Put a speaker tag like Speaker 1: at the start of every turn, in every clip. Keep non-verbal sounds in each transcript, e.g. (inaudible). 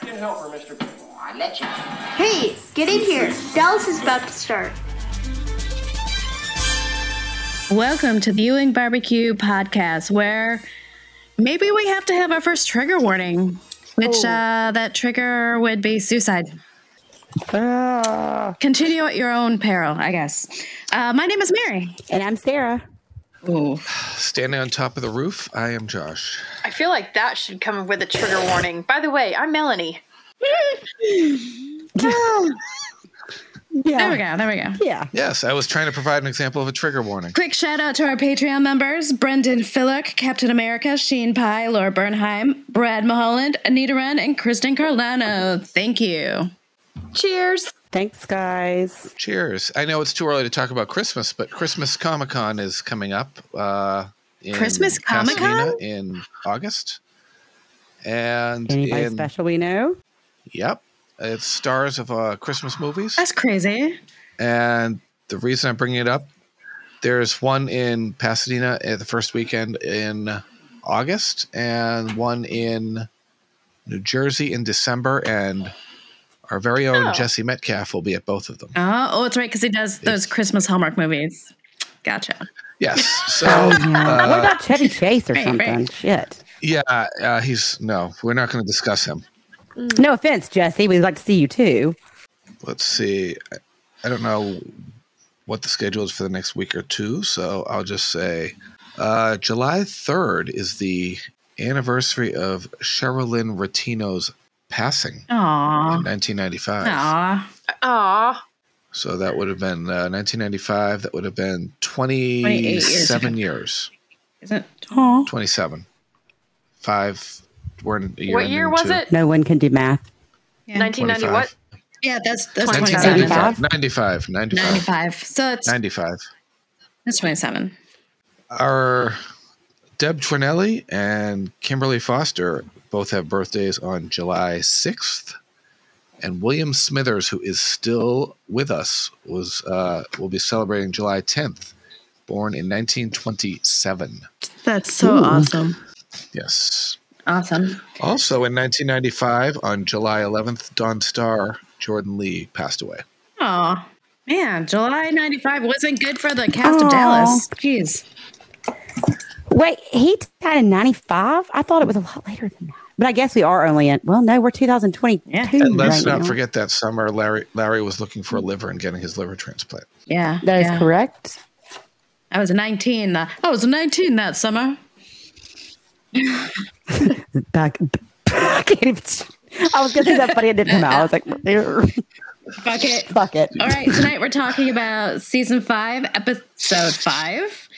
Speaker 1: can help her, Mr. Green.
Speaker 2: I let you.
Speaker 3: Hey, get in here. Dallas is about to start.
Speaker 4: Welcome to the Ewing Barbecue Podcast, where maybe we have to have our first trigger warning, which uh, that trigger would be suicide. Continue at your own peril, I guess. Uh, my name is Mary.
Speaker 5: And I'm Sarah.
Speaker 4: Oh.
Speaker 6: Standing on top of the roof, I am Josh.
Speaker 7: I feel like that should come with a trigger warning. By the way, I'm Melanie.
Speaker 5: Yeah.
Speaker 4: There we go. There we go.
Speaker 5: Yeah.
Speaker 6: Yes, I was trying to provide an example of a trigger warning.
Speaker 4: Quick shout out to our Patreon members Brendan Fillick, Captain America, Sheen Pye, Laura Bernheim, Brad Mulholland, Anita Wren, and Kristen Carlano. Thank you.
Speaker 7: Cheers.
Speaker 5: Thanks, guys.
Speaker 6: Cheers. I know it's too early to talk about Christmas, but Christmas Comic Con is coming up. Uh, in
Speaker 4: Christmas Comic-Con?
Speaker 6: Pasadena in August, and
Speaker 5: Anybody
Speaker 6: in-
Speaker 5: special we know?
Speaker 6: Yep, it's stars of uh, Christmas movies.
Speaker 4: That's crazy.
Speaker 6: And the reason I'm bringing it up, there's one in Pasadena at the first weekend in August, and one in New Jersey in December. And our very own Jesse Metcalf will be at both of them.
Speaker 4: Oh, oh it's right because he does those Christmas Hallmark movies. Gotcha.
Speaker 6: Yes. So,
Speaker 5: what
Speaker 6: uh, (laughs)
Speaker 5: about Chevy Chase or
Speaker 4: right,
Speaker 5: something?
Speaker 4: right.
Speaker 5: Shit.
Speaker 6: yeah, uh, he's no, we're not going to discuss him.
Speaker 5: No offense, Jesse. We'd like to see you too.
Speaker 6: Let's see. I- I don't know what the schedule is for the next week or two, so I'll just say uh, July 3rd is the anniversary of Sherilyn Ratino's passing
Speaker 4: Aw.
Speaker 6: in 1995.
Speaker 4: Aw.
Speaker 7: Aw.
Speaker 6: So that would have been uh, 1995. That would have been
Speaker 4: 28 years
Speaker 6: 27 years.
Speaker 4: Isn't aw.
Speaker 6: 27. Five. We're in a year
Speaker 7: what
Speaker 6: and
Speaker 7: year
Speaker 6: into-
Speaker 7: was it?
Speaker 5: No one can do math.
Speaker 4: Yeah.
Speaker 7: 1990 what?
Speaker 4: Yeah, that's that's
Speaker 7: 27.
Speaker 4: 27.
Speaker 6: 95.
Speaker 5: 1995?
Speaker 6: 95.
Speaker 4: 95. So it's
Speaker 6: 95.
Speaker 4: that's 27.
Speaker 6: our Deb Trinelli and Kimberly Foster both have birthdays on July 6th. And William Smithers, who is still with us, was uh, will be celebrating July 10th, born in 1927.
Speaker 4: That's so awesome.
Speaker 6: Yes.
Speaker 4: Awesome.
Speaker 6: Also in 1995, on July 11th, Don Starr, Jordan Lee passed away.
Speaker 4: Oh man, July '95 wasn't good for the cast of Dallas. Jeez.
Speaker 5: Wait, he died in 95? I thought it was a lot later than that. But I guess we are only in, well, no, we're 2022.
Speaker 4: Yeah.
Speaker 6: And let's
Speaker 5: right
Speaker 6: not
Speaker 5: now.
Speaker 6: forget that summer Larry Larry was looking for a liver and getting his liver transplant.
Speaker 4: Yeah,
Speaker 5: That is
Speaker 4: yeah.
Speaker 5: correct.
Speaker 4: I was 19. Uh, I was 19 that summer.
Speaker 5: Back, (laughs) I can't even, I was going to say that funny. It didn't come out. I was like, (laughs)
Speaker 4: Fuck it.
Speaker 5: fuck it.
Speaker 4: All right, tonight we're talking about season five, episode five,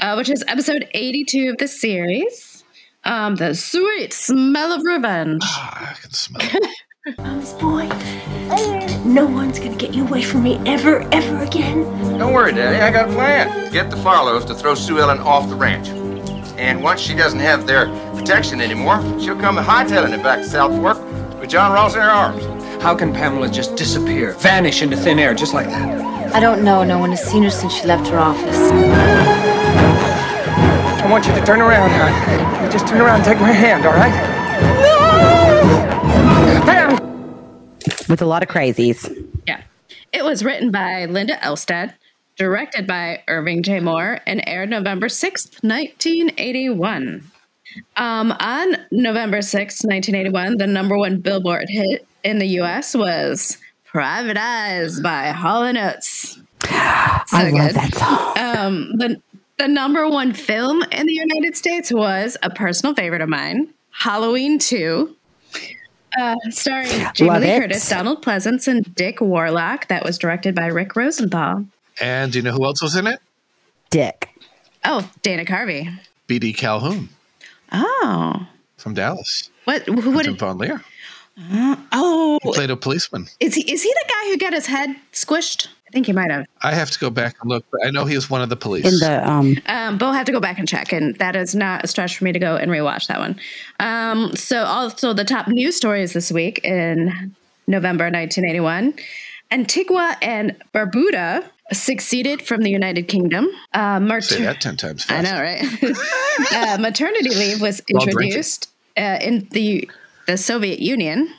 Speaker 4: uh, which is episode 82 of the series. Um, the sweet smell of revenge.
Speaker 6: Ah, I can smell it.
Speaker 8: boy. No one's gonna get you away from me ever, ever again.
Speaker 9: Don't worry, Daddy. I got a plan. Get the Farlows to throw Sue Ellen off the ranch. And once she doesn't have their protection anymore, she'll come hightailing it back to South Fork with John Ross in her arms.
Speaker 10: How can Pamela just disappear, vanish into thin air just like that?
Speaker 11: I don't know. No one has seen her since she left her office.
Speaker 10: I want you to turn around, hon. You Just turn around and take my hand, all right? Pam!
Speaker 5: With a lot of crazies.
Speaker 4: Yeah. It was written by Linda Elstad, directed by Irving J. Moore, and aired November 6th, 1981. Um, on November 6th, 1981, the number one Billboard hit in the U.S. was Private Eyes by Hall & Oates. So
Speaker 5: I love
Speaker 4: good.
Speaker 5: that song.
Speaker 4: Um, the, the number one film in the United States was a personal favorite of mine, Halloween 2. Uh, starring Jamie
Speaker 5: Love
Speaker 4: Lee
Speaker 5: it.
Speaker 4: Curtis, Donald Pleasance, and Dick Warlock. That was directed by Rick Rosenthal.
Speaker 6: And do you know who else was in it?
Speaker 5: Dick.
Speaker 4: Oh, Dana Carvey.
Speaker 6: BD Calhoun
Speaker 4: Oh,
Speaker 6: from Dallas.
Speaker 4: what? Who would?
Speaker 6: Jim
Speaker 4: It,
Speaker 6: Von Leer.
Speaker 4: oh,
Speaker 6: He played a policeman.
Speaker 4: is he? Is he the guy who got his head squished? I think he might have.
Speaker 6: I have to go back and look, but I know he was one of the police.
Speaker 5: In the, um,
Speaker 4: Um, but we'll have to go back and check, and that is not a stretch for me to go and rewatch that one. Um, so, also the top news stories this week in November 1981 Antigua and Barbuda succeeded from the United Kingdom. Uh,
Speaker 6: Say
Speaker 4: Martin-
Speaker 6: that 10 times
Speaker 4: I
Speaker 6: fast.
Speaker 4: know, right? (laughs) uh, maternity leave was
Speaker 6: Well, drink it.
Speaker 4: introduced uh, in the the Soviet Union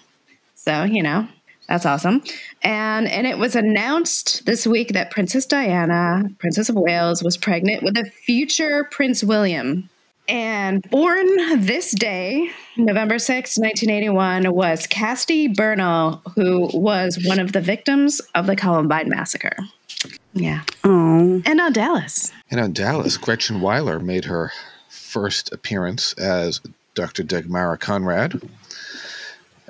Speaker 4: So, you know, that's awesome. And and it was announced this week that Princess Diana, Princess of Wales, was pregnant with a future Prince William. And born this day, November 6, 1981, was Cassidy Bernal, who was one of the victims of the Columbine Massacre. Yeah.
Speaker 5: Oh,
Speaker 4: And on Dallas.
Speaker 6: And on Dallas, Gretchen Weiler made her first appearance as Dr. Dagmara Conrad.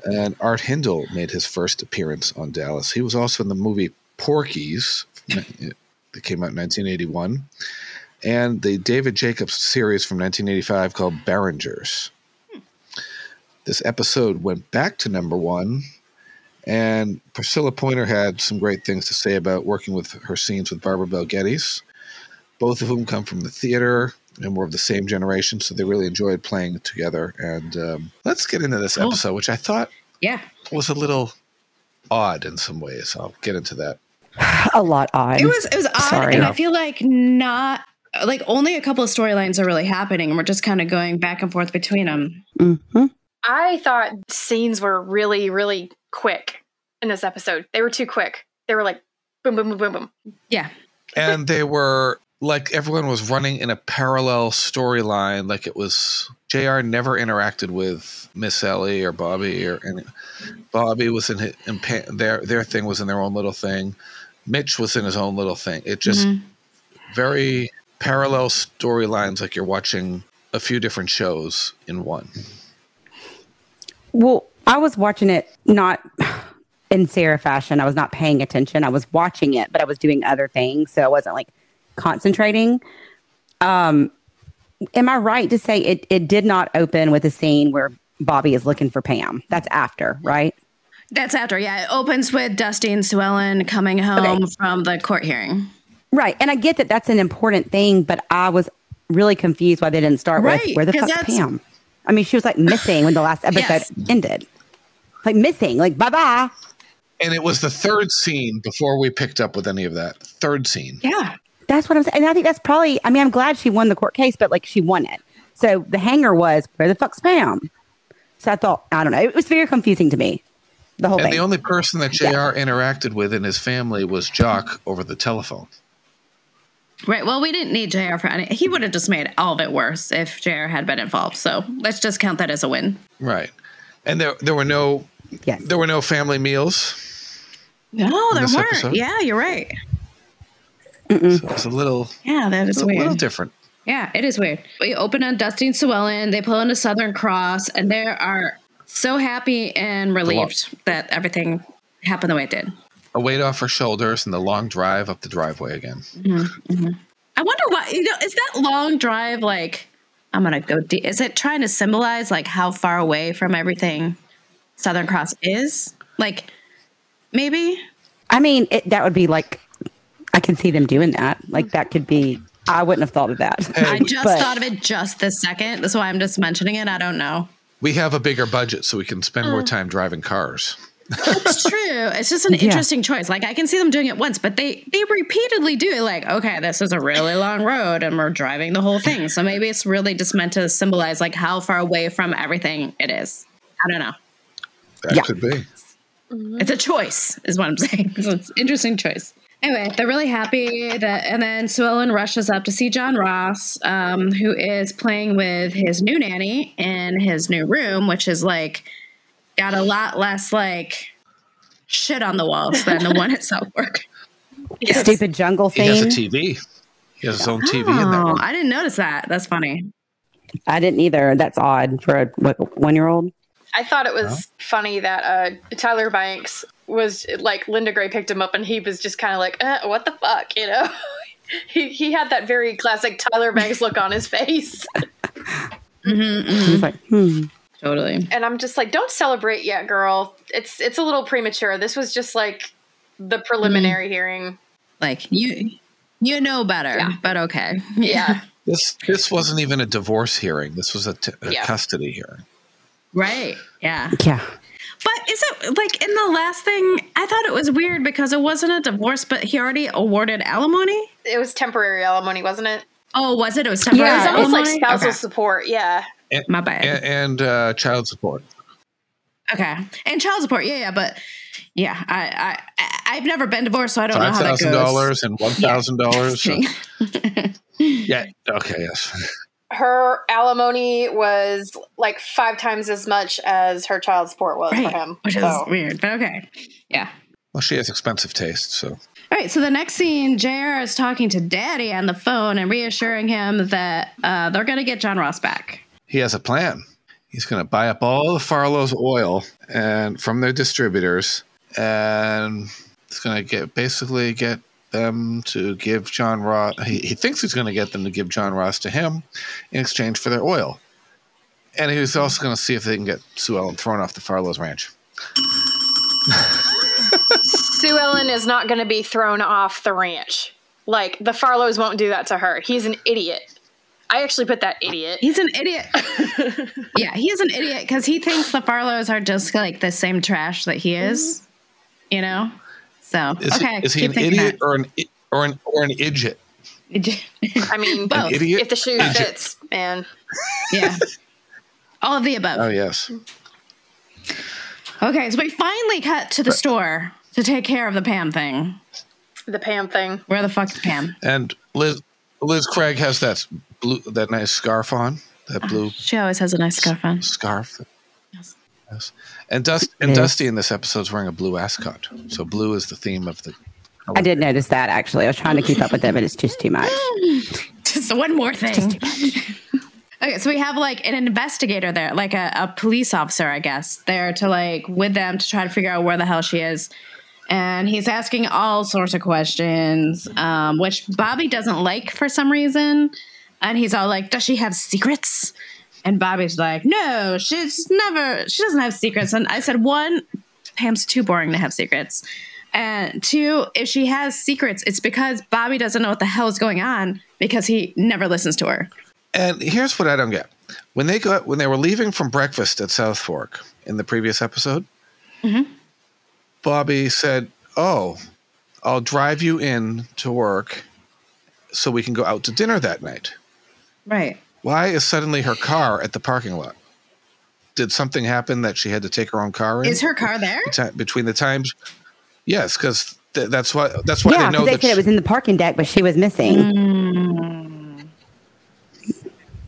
Speaker 6: And Art Hindle made his first appearance on Dallas. He was also in the movie Porky's (laughs) that came out in 1981 and the David Jacobs series from 1985 called Barringers. This episode went back to number one, and Priscilla Pointer had some great things to say about working with her scenes with Barbara Bel Geddes both of whom come from the theater and were of the same generation, so they really enjoyed playing together. And um, let's get into this episode, which I thought
Speaker 4: Yeah.
Speaker 6: was a little odd in some ways. I'll get into that.
Speaker 5: a lot odd.
Speaker 4: It was it was odd,
Speaker 5: Sorry.
Speaker 4: and I feel like not like only a couple of storylines are really happening, and we're just kind of going back and forth between them.
Speaker 5: hmm
Speaker 7: I thought scenes were really, really quick in this episode. They were too quick. They were like boom, boom, boom, boom, boom.
Speaker 4: Yeah,
Speaker 6: And they were like everyone was running in a parallel storyline, like it was JR never interacted with Miss Ellie or Bobby or any. Bobby was in, his, in pa- their their thing was in their own little thing. Mitch was in his own little thing. It just very parallel storylines like you're watching a few different shows in one.
Speaker 5: Well, I was watching it not in Sarah fashion. I was not paying attention. I was watching it, but I was doing other things, so I wasn't like concentrating. Um, am I right to say it? It did not open with a scene where Bobby is looking for Pam. That's after, right?
Speaker 4: that's after. Yeah, it opens with Dusty and Sue Ellen coming home from the court hearing.
Speaker 5: Right. And I get that that's an important thing, but I was really confused why they didn't start
Speaker 4: Right,
Speaker 5: with where the
Speaker 4: 'cause
Speaker 5: fuck's
Speaker 4: that's-
Speaker 5: Pam? I mean, she was like missing when the last episode
Speaker 4: (sighs) Yes.
Speaker 5: ended. Like missing, like bye bye.
Speaker 6: And it was the third scene before we picked up with any of that. Third scene.
Speaker 4: Yeah,
Speaker 5: That's what I'm saying. And I think that's probably, I mean, I'm glad she won the court case, but like she won it. So the hanger was, where the fuck's Pam? So I thought, I don't know. It was very confusing to me, the whole
Speaker 6: And
Speaker 5: thing.
Speaker 6: the only person that JR interacted with in his family was Jock over the telephone.
Speaker 4: right. Well, we didn't need Jr. for any. He would have just made all of it worse if Jr. had been involved. So let's just count that as a win.
Speaker 6: Right. And there there were no
Speaker 5: yes.
Speaker 6: there were no family meals.
Speaker 4: No, there
Speaker 6: this
Speaker 4: weren't.
Speaker 6: episode?
Speaker 4: Yeah, you're right.
Speaker 6: So it's a little
Speaker 4: Mm. Yeah, that
Speaker 6: it's
Speaker 4: is
Speaker 6: a
Speaker 4: weird.
Speaker 6: little different.
Speaker 4: Yeah, it is weird. We open on Dusty and Suellen. They pull into Southern Cross, and they are so happy and relieved that everything happened the way it did.
Speaker 6: A weight off her shoulders and the long drive up the driveway again.
Speaker 4: I wonder why. You know, is that long drive like? I'm gonna go. De- is it trying to symbolize like how far away from everything Southern Cross is? Like, maybe.
Speaker 5: I mean, it, that would be like, I can see them doing that. Like that could be, I wouldn't have thought of that.
Speaker 4: I just
Speaker 5: But-
Speaker 4: thought of it just this second. That's why I'm just mentioning it. I don't know.
Speaker 6: We have a bigger budget so we can spend
Speaker 4: Mm.
Speaker 6: more time driving cars.
Speaker 4: It's true. It's just an interesting choice. Like I can see them doing it once, but they they repeatedly do it. Like, okay, this is a really long road, and we're driving the whole thing. So maybe it's really just meant to symbolize like how far away from everything it is. I don't know.
Speaker 6: That
Speaker 5: Yeah.
Speaker 6: could be.
Speaker 4: It's a choice, is what I'm saying. So (laughs) it's an interesting choice. Anyway, they're really happy that, and then Sue Ellen rushes up to see John Ross, um, who is playing with his new nanny in his new room, which is like got a lot less like shit on the walls than the (laughs) one at Southwark.
Speaker 5: Stupid jungle
Speaker 6: He has a
Speaker 5: thing.
Speaker 6: TV. He has his own TV in that
Speaker 4: Oh,
Speaker 6: room.
Speaker 4: I didn't notice that. That's funny.
Speaker 5: I didn't either. That's odd for a what, one year old.
Speaker 7: I thought it was funny that uh, Tyler Banks was like Linda Gray picked him up and he was just kind of like, uh, what the fuck, you know? (laughs) he, he had that very classic Tyler Banks look on his face.
Speaker 4: Mm-hmm,
Speaker 5: He's like, hmm.
Speaker 4: Totally.
Speaker 7: And I'm just like, don't celebrate yet, girl. It's it's a little premature. This was just like the preliminary hearing.
Speaker 4: Like you, you know better. But okay.
Speaker 7: Yeah.
Speaker 6: This this wasn't even a divorce hearing. This was a, t- a
Speaker 7: Yeah.
Speaker 6: custody hearing.
Speaker 4: (laughs) Right. Yeah.
Speaker 5: Yeah.
Speaker 4: But is it like in the last thing? I thought it was weird because it wasn't a divorce, but he already awarded alimony.
Speaker 7: it was temporary alimony, wasn't it?
Speaker 4: Oh, was it? It was temporary.
Speaker 5: Yeah,
Speaker 7: It's almost like
Speaker 4: alimony?
Speaker 7: spousal
Speaker 4: Okay.
Speaker 7: support. Yeah.
Speaker 4: My bad.
Speaker 6: And, and uh, child support.
Speaker 4: Okay. And child support. Yeah, yeah. But yeah, I, I, I- I've never been divorced, so I don't know
Speaker 6: Five
Speaker 4: how that goes.
Speaker 6: thousand dollars and one thousand
Speaker 4: (laughs)
Speaker 6: dollars.
Speaker 4: Interesting.
Speaker 6: Yeah. Okay. Yes.
Speaker 7: Her alimony was like five times as much as her child support
Speaker 4: (laughs)
Speaker 7: was
Speaker 4: Right,
Speaker 7: for him.
Speaker 4: Which is
Speaker 7: so.
Speaker 4: weird, but okay. Yeah.
Speaker 6: Well, she has expensive taste, so
Speaker 4: All right, so the next scene, JR is talking to Daddy on the phone and reassuring him that uh, they're going to get John Ross back.
Speaker 6: he has a plan. He's going to buy up all the Farlow's oil and from their distributors, and he's going to get basically get them to give John Ross. He, he thinks he's going to get them to give John Ross to him in exchange for their oil, and he was also going to see if they can get Sue Ellen thrown off the Farlow's ranch.
Speaker 7: Sue Ellen is not going to be thrown off the ranch. Like the Farlows won't do that to her. He's an idiot. I actually put that idiot.
Speaker 4: He's an (laughs) idiot. yeah, he's an idiot because he thinks the Farlows are just like the same trash that he is, you know? So,
Speaker 6: Is
Speaker 4: okay.
Speaker 6: he, is he
Speaker 4: keep
Speaker 6: an
Speaker 4: thinking
Speaker 6: idiot or an i- or an or an idiot?
Speaker 4: that.
Speaker 7: I mean,
Speaker 4: Both.
Speaker 6: idiot?
Speaker 7: if the shoe fits, man.
Speaker 4: (laughs) yeah. All of the above.
Speaker 6: Oh yes.
Speaker 4: Okay, so we finally cut to the store to take care of the Pam thing.
Speaker 7: The Pam thing.
Speaker 4: Where the fuck's Pam?
Speaker 6: And Liz Liz Craig has that blue that nice scarf on, that blue
Speaker 4: She always has a nice scarf on.
Speaker 6: scarf. Yes. And Dust and
Speaker 5: Yes.
Speaker 6: Dusty in this episode is wearing a blue ascot. So blue is the theme of the
Speaker 5: I did notice that actually. I was trying to keep up with it, but it's just too much.
Speaker 4: Just one more thing. (laughs) Okay, so we have like an investigator there, like a, a police officer, I guess, there to like with them to try to figure out where the hell she is. And he's asking all sorts of questions, um, which Bobby doesn't like for some reason. And he's all like, Does she have secrets? And Bobby's like, No, she's never, she doesn't have secrets. And I said, One, Pam's too boring to have secrets. And two, if she has secrets, it's because Bobby doesn't know what the hell is going on because he never listens to her.
Speaker 6: And here's what I don't get. When they got when they were leaving from breakfast at South Fork in the previous episode, Bobby said, "Oh, I'll drive you in to work so we can go out to dinner that night."
Speaker 4: Right.
Speaker 6: Why is suddenly her car at the parking lot? Did something happen that she had to take her own car in?
Speaker 4: Is her car there?
Speaker 6: Ti- between the times? Yes, because th- that's why that's why they
Speaker 5: yeah,
Speaker 6: know
Speaker 5: 'cause they
Speaker 6: that.
Speaker 5: said it
Speaker 6: she-
Speaker 5: was in the parking deck, but she was missing.
Speaker 4: Hmm.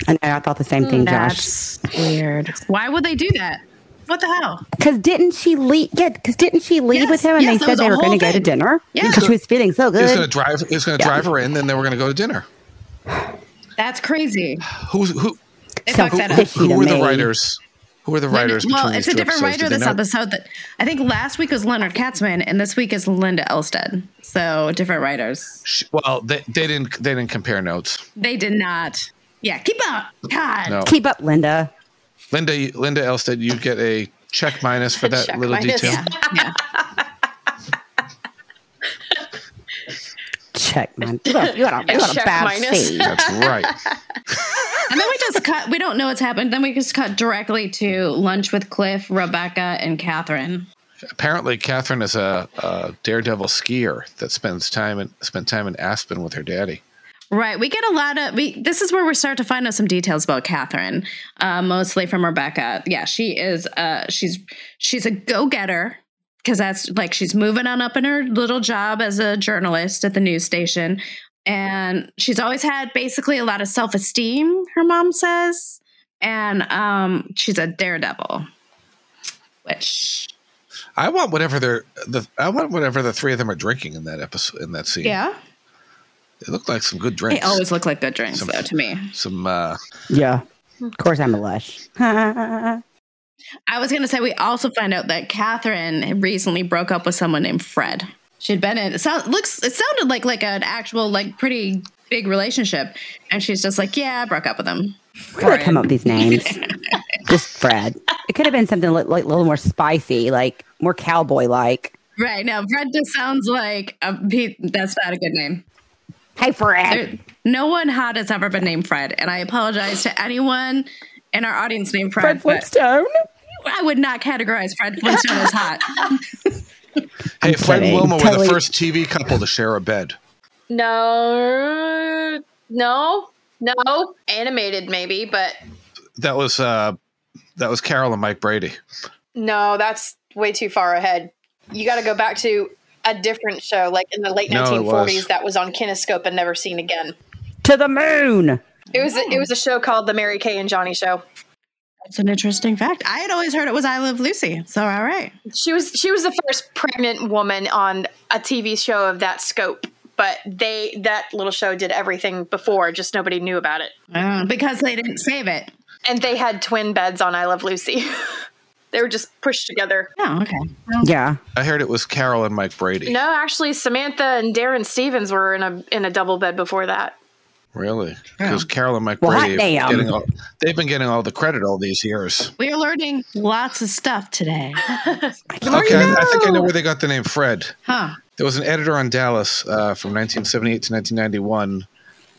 Speaker 5: I know. I thought the same thing, Josh.
Speaker 4: That's weird. Why would they do that? What the hell?
Speaker 5: Because didn't she leave? Yeah, because didn't she leave
Speaker 4: Yes,
Speaker 5: with him? And
Speaker 4: yes, that
Speaker 5: they said
Speaker 4: was
Speaker 5: they
Speaker 4: a
Speaker 5: were going
Speaker 4: whole
Speaker 5: to go to
Speaker 4: thing.
Speaker 5: dinner.
Speaker 4: Yeah.
Speaker 5: because she was feeling so
Speaker 6: he was
Speaker 5: good.
Speaker 6: going to drive. He was going to drive her in. Then they were going to go to dinner.
Speaker 4: That's crazy.
Speaker 6: Who's who?
Speaker 4: It
Speaker 5: So
Speaker 4: fucks that up.
Speaker 5: fishy
Speaker 6: Who
Speaker 5: to
Speaker 6: were the
Speaker 5: me.
Speaker 6: writers? Who were the writers?
Speaker 4: Leonard- well,
Speaker 6: between
Speaker 4: it's
Speaker 6: these
Speaker 4: a
Speaker 6: two
Speaker 4: different
Speaker 6: episodes?
Speaker 4: writer
Speaker 6: Did they
Speaker 4: this
Speaker 6: know-
Speaker 4: episode. That I think last week was Leonard Katzman, and this week is Linda Elstead. So different writers.
Speaker 6: Sh- Well, they, they didn't. They didn't compare notes.
Speaker 4: They did not. Yeah, keep up. God.
Speaker 6: No,
Speaker 5: Keep up, Linda.
Speaker 6: Linda. you- Linda Elstead, you get a check minus for that
Speaker 7: Check
Speaker 6: little
Speaker 7: minus.
Speaker 6: detail.
Speaker 4: Yeah. yeah.
Speaker 5: Check mine. You got a, you got a, you got a
Speaker 7: Check
Speaker 5: bad
Speaker 4: (laughs)
Speaker 7: minus.
Speaker 5: C.
Speaker 6: That's right.
Speaker 4: And then we just cut. We don't know what's happened. Then we just cut directly to lunch with Cliff, Rebecca, and Catherine.
Speaker 6: Apparently, Catherine is a, a daredevil skier that spends time in spent time in Aspen with her daddy.
Speaker 4: Right. We get a lot of we this is where we start to find out some details about Catherine, uh, mostly from Rebecca. Yeah, she is uh she's she's a go-getter because that's like she's moving on up in her little job as a journalist at the news station. And she's always had basically a lot of self-esteem, her mom says. And um she's a daredevil. Which
Speaker 6: I want whatever they're the I want whatever the three of them are drinking in that episode in that scene.
Speaker 4: yeah.
Speaker 6: It looked like some good
Speaker 4: They
Speaker 6: drinks.
Speaker 4: always look like good drinks
Speaker 6: Some-
Speaker 4: though to me.
Speaker 6: some uh
Speaker 5: Yeah. Of course, I'm a lush.
Speaker 4: I was going to say we also find out that Catherine recently broke up with someone named Fred. She'd been in it sound, looks it sounded like like an actual like pretty big relationship, and she's just like, yeah, I broke up with him.
Speaker 5: We gotta come up with
Speaker 4: (laughs)
Speaker 5: these names. Just Fred. It could have been something like, like a little more spicy, like more cowboy like.
Speaker 4: Right now, Fred just sounds like a, he, that's not a good name.
Speaker 5: Hey, Fred.
Speaker 4: There- no one hot has ever been named Fred, and I apologize to anyone in our audience named Fred.
Speaker 5: Fred
Speaker 4: but
Speaker 5: Flintstone.
Speaker 4: I would not categorize Fred Flintstone as hot.
Speaker 6: Hey, Fred and
Speaker 5: kidding.
Speaker 6: Wilma were
Speaker 5: Totally.
Speaker 6: the first TV couple to share a bed.
Speaker 7: No, no, no. Animated maybe, but
Speaker 6: That was uh that was Carol and Mike Brady.
Speaker 7: No, that's way too far ahead. You got to go back to a different show, like in the late
Speaker 6: No, it
Speaker 7: 1940s,
Speaker 6: was.
Speaker 7: that was on Kinescope and never seen again.
Speaker 5: To the moon.
Speaker 7: It was a, it was a show called The Mary Kay and Johnny Show.
Speaker 4: (laughs) That's an interesting fact. I had always heard it was I Love Lucy. So, all right.
Speaker 7: She was she was the first pregnant woman on a TV show of that scope, but they that little show did everything before, just nobody knew about it.
Speaker 4: Uh, because they didn't save it.
Speaker 7: And they had twin beds on I Love Lucy. (laughs) they were just pushed together.
Speaker 4: Oh, okay.
Speaker 5: Yeah.
Speaker 6: I heard it was Carol and Mike Brady.
Speaker 7: No, actually Samantha and Darren Stevens were in a in a double bed before that.
Speaker 6: Really? Because Carol and Mike
Speaker 5: Well, hot
Speaker 6: Brady, have
Speaker 5: damn.
Speaker 6: been getting all, they've been getting all the credit all these years.
Speaker 4: We are learning lots of stuff today.
Speaker 6: Okay, I think I know where they got the name Fred.
Speaker 4: Huh.
Speaker 6: There was an editor on Dallas uh, from 1978 to 1991.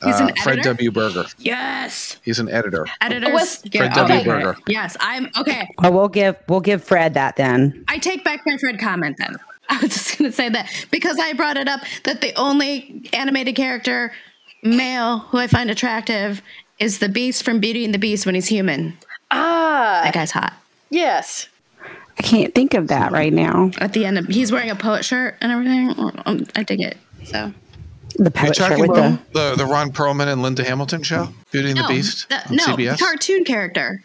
Speaker 4: He's an
Speaker 6: uh, Fred
Speaker 4: editor?
Speaker 6: W. Berger.
Speaker 4: Yes.
Speaker 6: Editors. He's an editor.
Speaker 4: Editors.
Speaker 7: Was-
Speaker 4: get
Speaker 6: Fred
Speaker 4: over
Speaker 6: W.
Speaker 4: it.
Speaker 6: Berger.
Speaker 4: Yes. I'm okay.
Speaker 5: Well, we'll give we'll give Fred that then.
Speaker 4: I take back my Fred comment then. (laughs) I was just going to say that because I brought it up that the only animated character, male, who I find attractive is the Beast from Beauty and the Beast when he's human.
Speaker 7: Ah,
Speaker 4: That guy's hot.
Speaker 7: yes.
Speaker 5: I can't think of that right now.
Speaker 4: At the end of, he's wearing a poet shirt and everything. Um, I dig it. So.
Speaker 5: The
Speaker 6: You're
Speaker 5: poet shirt
Speaker 6: talking
Speaker 5: with the
Speaker 6: about the, the, Ron Perlman and Linda Hamilton show? Beauty and the Beast?
Speaker 4: that-
Speaker 6: on
Speaker 4: no,
Speaker 6: CBS?
Speaker 4: cartoon character.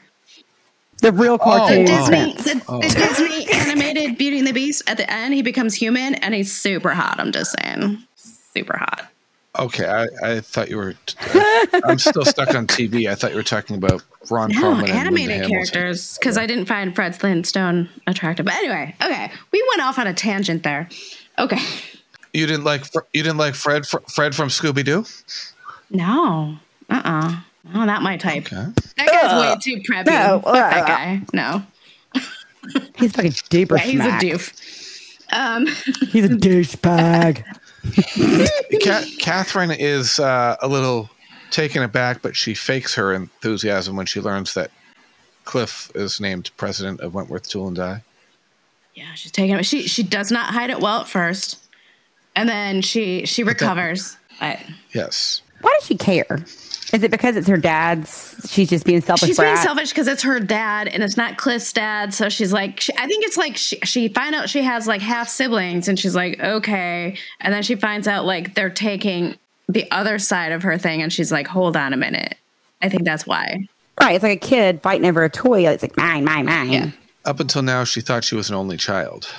Speaker 5: the real cartoon.
Speaker 6: Oh.
Speaker 4: Disney,
Speaker 5: Spence.
Speaker 4: the, the Disney animated Beauty and the Beast. At the end, he becomes human and he's super hot. I'm just saying, super hot.
Speaker 6: Okay, I, I thought you were. I, I'm still stuck on TV. I thought you were talking about Ron
Speaker 4: No,
Speaker 6: Perlman. and Linda
Speaker 4: animated
Speaker 6: Hamilton.
Speaker 4: characters because I didn't find Fred Flintstone attractive. But anyway, okay, we went off on a tangent there. Okay,
Speaker 6: You didn't like Fr- you didn't like Fred fr- Fred from Scooby Doo.
Speaker 4: no, uh, uh oh, not my type. That guy's way too preppy.
Speaker 5: No,
Speaker 4: Fuck that
Speaker 5: uh,
Speaker 4: guy. No,
Speaker 5: He's fucking duper
Speaker 4: he's
Speaker 5: smack.
Speaker 4: a doof. Um,
Speaker 5: He's a douchebag.
Speaker 6: Ca- Catherine is uh, a little taken aback, but she fakes her enthusiasm when she learns that Cliff is named president of Wentworth Tool and Die.
Speaker 4: Yeah, she's taking it. She she does not hide it well at first, and then she she recovers. But
Speaker 6: Yes,
Speaker 5: (laughs) Why does she care? Is it because it's her dad's? She's just being selfish.
Speaker 4: she's being
Speaker 5: brat?
Speaker 4: selfish because it's her dad and it's not Cliff's dad. So she's like, she, I think it's like she she find out she has like half siblings, and she's like, okay, and then she finds out like they're taking the other side of her thing, and she's like, hold on a minute. I think that's why.
Speaker 5: Right. It's like a kid fighting over a toy. It's like mine, mine, mine.
Speaker 4: Yeah.
Speaker 6: up until now, she thought she was an only child,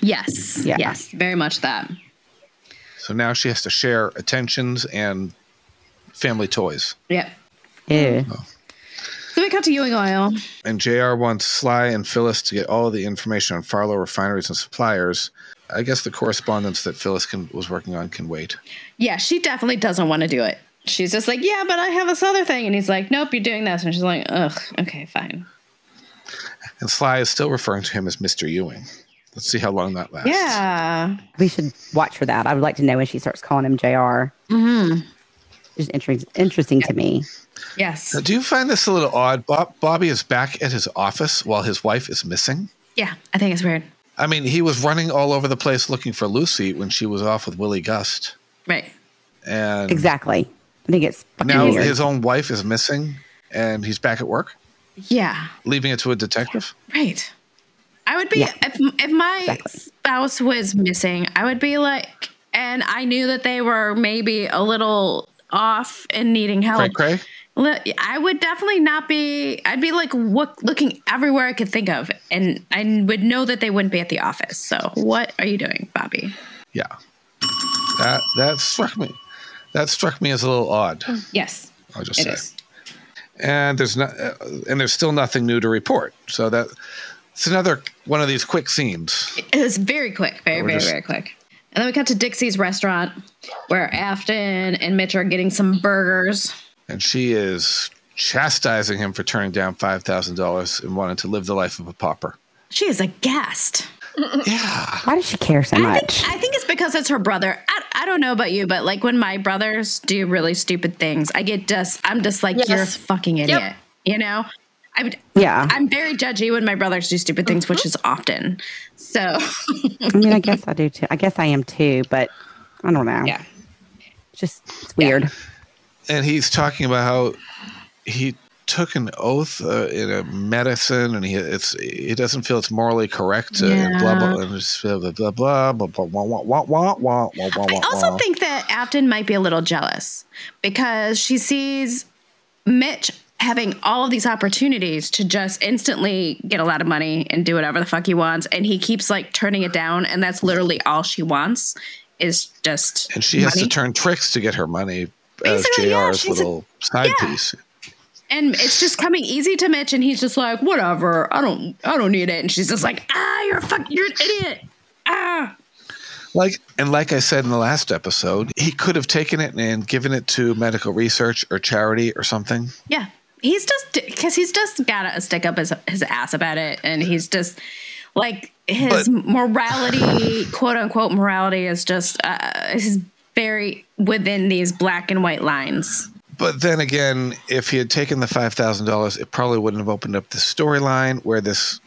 Speaker 4: Yes.
Speaker 5: Yeah.
Speaker 4: Yes. Very much that.
Speaker 6: so now she has to share attentions and family toys.
Speaker 4: Yep.
Speaker 5: Ew.
Speaker 4: So we come to Ewing Oil.
Speaker 6: And JR wants Sly and Phyllis to get all the information on Farlow refineries and suppliers. I guess the correspondence that Phyllis can, was working on can wait.
Speaker 4: Yeah, she definitely doesn't want to do it. She's just like, yeah, but I have this other thing. And he's like, nope, you're doing this. And she's like, ugh, okay, fine.
Speaker 6: And Sly is still referring to him as Mr. Ewing. Let's see how long that lasts.
Speaker 4: Yeah.
Speaker 5: We should watch for that. I would like to know when she starts calling him junior
Speaker 4: Mm-hmm.
Speaker 5: It's Just interesting, interesting to me.
Speaker 4: Yes.
Speaker 6: Now, do you find this a little odd? Bob, Bobby is back at his office while his wife is missing.
Speaker 4: Yeah, I think it's weird.
Speaker 6: I mean, he was running all over the place looking for Lucy when she was off with Willie Gust.
Speaker 4: Right.
Speaker 6: And
Speaker 5: Exactly. I think it's fucking
Speaker 6: now
Speaker 5: weird.
Speaker 6: his own wife is missing and he's back at work,
Speaker 4: Yeah.
Speaker 6: leaving it to a detective.
Speaker 4: Right. I would be
Speaker 5: Yeah.
Speaker 4: if if my
Speaker 5: Exactly.
Speaker 4: spouse was missing, I would be like, and I knew that they were maybe a little off and needing help.
Speaker 6: Cray cray?
Speaker 4: Look, I would definitely not be. I'd be like look, looking everywhere I could think of, and I would know that they wouldn't be at the office. So, what are you doing, Bobby?
Speaker 6: Yeah. That that struck me. That struck me as a little odd.
Speaker 4: Yes,
Speaker 6: I'll just
Speaker 4: it
Speaker 6: say.
Speaker 4: is.
Speaker 6: And there's not uh, and there's still nothing new to report. So that it's another one of these quick scenes.
Speaker 4: It was very quick, very, very,
Speaker 6: just-
Speaker 4: very quick. And then we cut to Dixie's restaurant, where Afton and Mitch are getting some burgers.
Speaker 6: And she is chastising him for turning down five thousand dollars and wanting to live the life of a pauper.
Speaker 4: (laughs) She is aghast.
Speaker 6: Yeah.
Speaker 5: Why does she care so
Speaker 4: I
Speaker 5: much?
Speaker 4: think, I think it's because it's her brother. I, I don't know about you, but like when my brothers do really stupid things, I get just, I'm just like, you're a
Speaker 7: Yes.
Speaker 4: fucking idiot. You know? I'm,
Speaker 5: Yeah.
Speaker 4: I'm very judgy when my brothers do stupid things, which is often. So,
Speaker 5: I mean, I guess I do too. I guess I am too, but I don't know.
Speaker 4: yeah.
Speaker 5: It's just it's weird.
Speaker 6: And he's talking about how he took an oath uh, in a medicine, and he it's he doesn't feel it's morally correct to
Speaker 4: Yeah.
Speaker 6: blah blah and just blah blah blah blah blah blah blah blah blah blah blah blah blah.
Speaker 4: I also think that Afton might be a little jealous because she sees Mitch having all of these opportunities to just instantly get a lot of money and do whatever the fuck he wants, and he keeps like turning it down, and that's literally all she wants is just
Speaker 6: and she has to
Speaker 4: money.
Speaker 6: turn tricks to get her money
Speaker 4: Basically, "Oh, yeah,
Speaker 6: as Jr's
Speaker 4: she's a-
Speaker 6: little side
Speaker 4: yeah.
Speaker 6: piece.
Speaker 4: and it's just coming easy to Mitch, and he's just like, whatever, I don't, I don't need it, and she's just like, ah, you're a fuck, you're an idiot, ah.
Speaker 6: Like and like I said in the last episode, he could have taken it and given it to medical research or charity or something.
Speaker 4: Yeah. He's just because he's just got to stick up his, his ass about it. And he's just like his
Speaker 6: But-
Speaker 4: morality, quote unquote, morality is just, uh, is very within these black and white lines.
Speaker 6: But then again, if he had taken the five thousand dollars, it probably wouldn't have opened up the storyline where this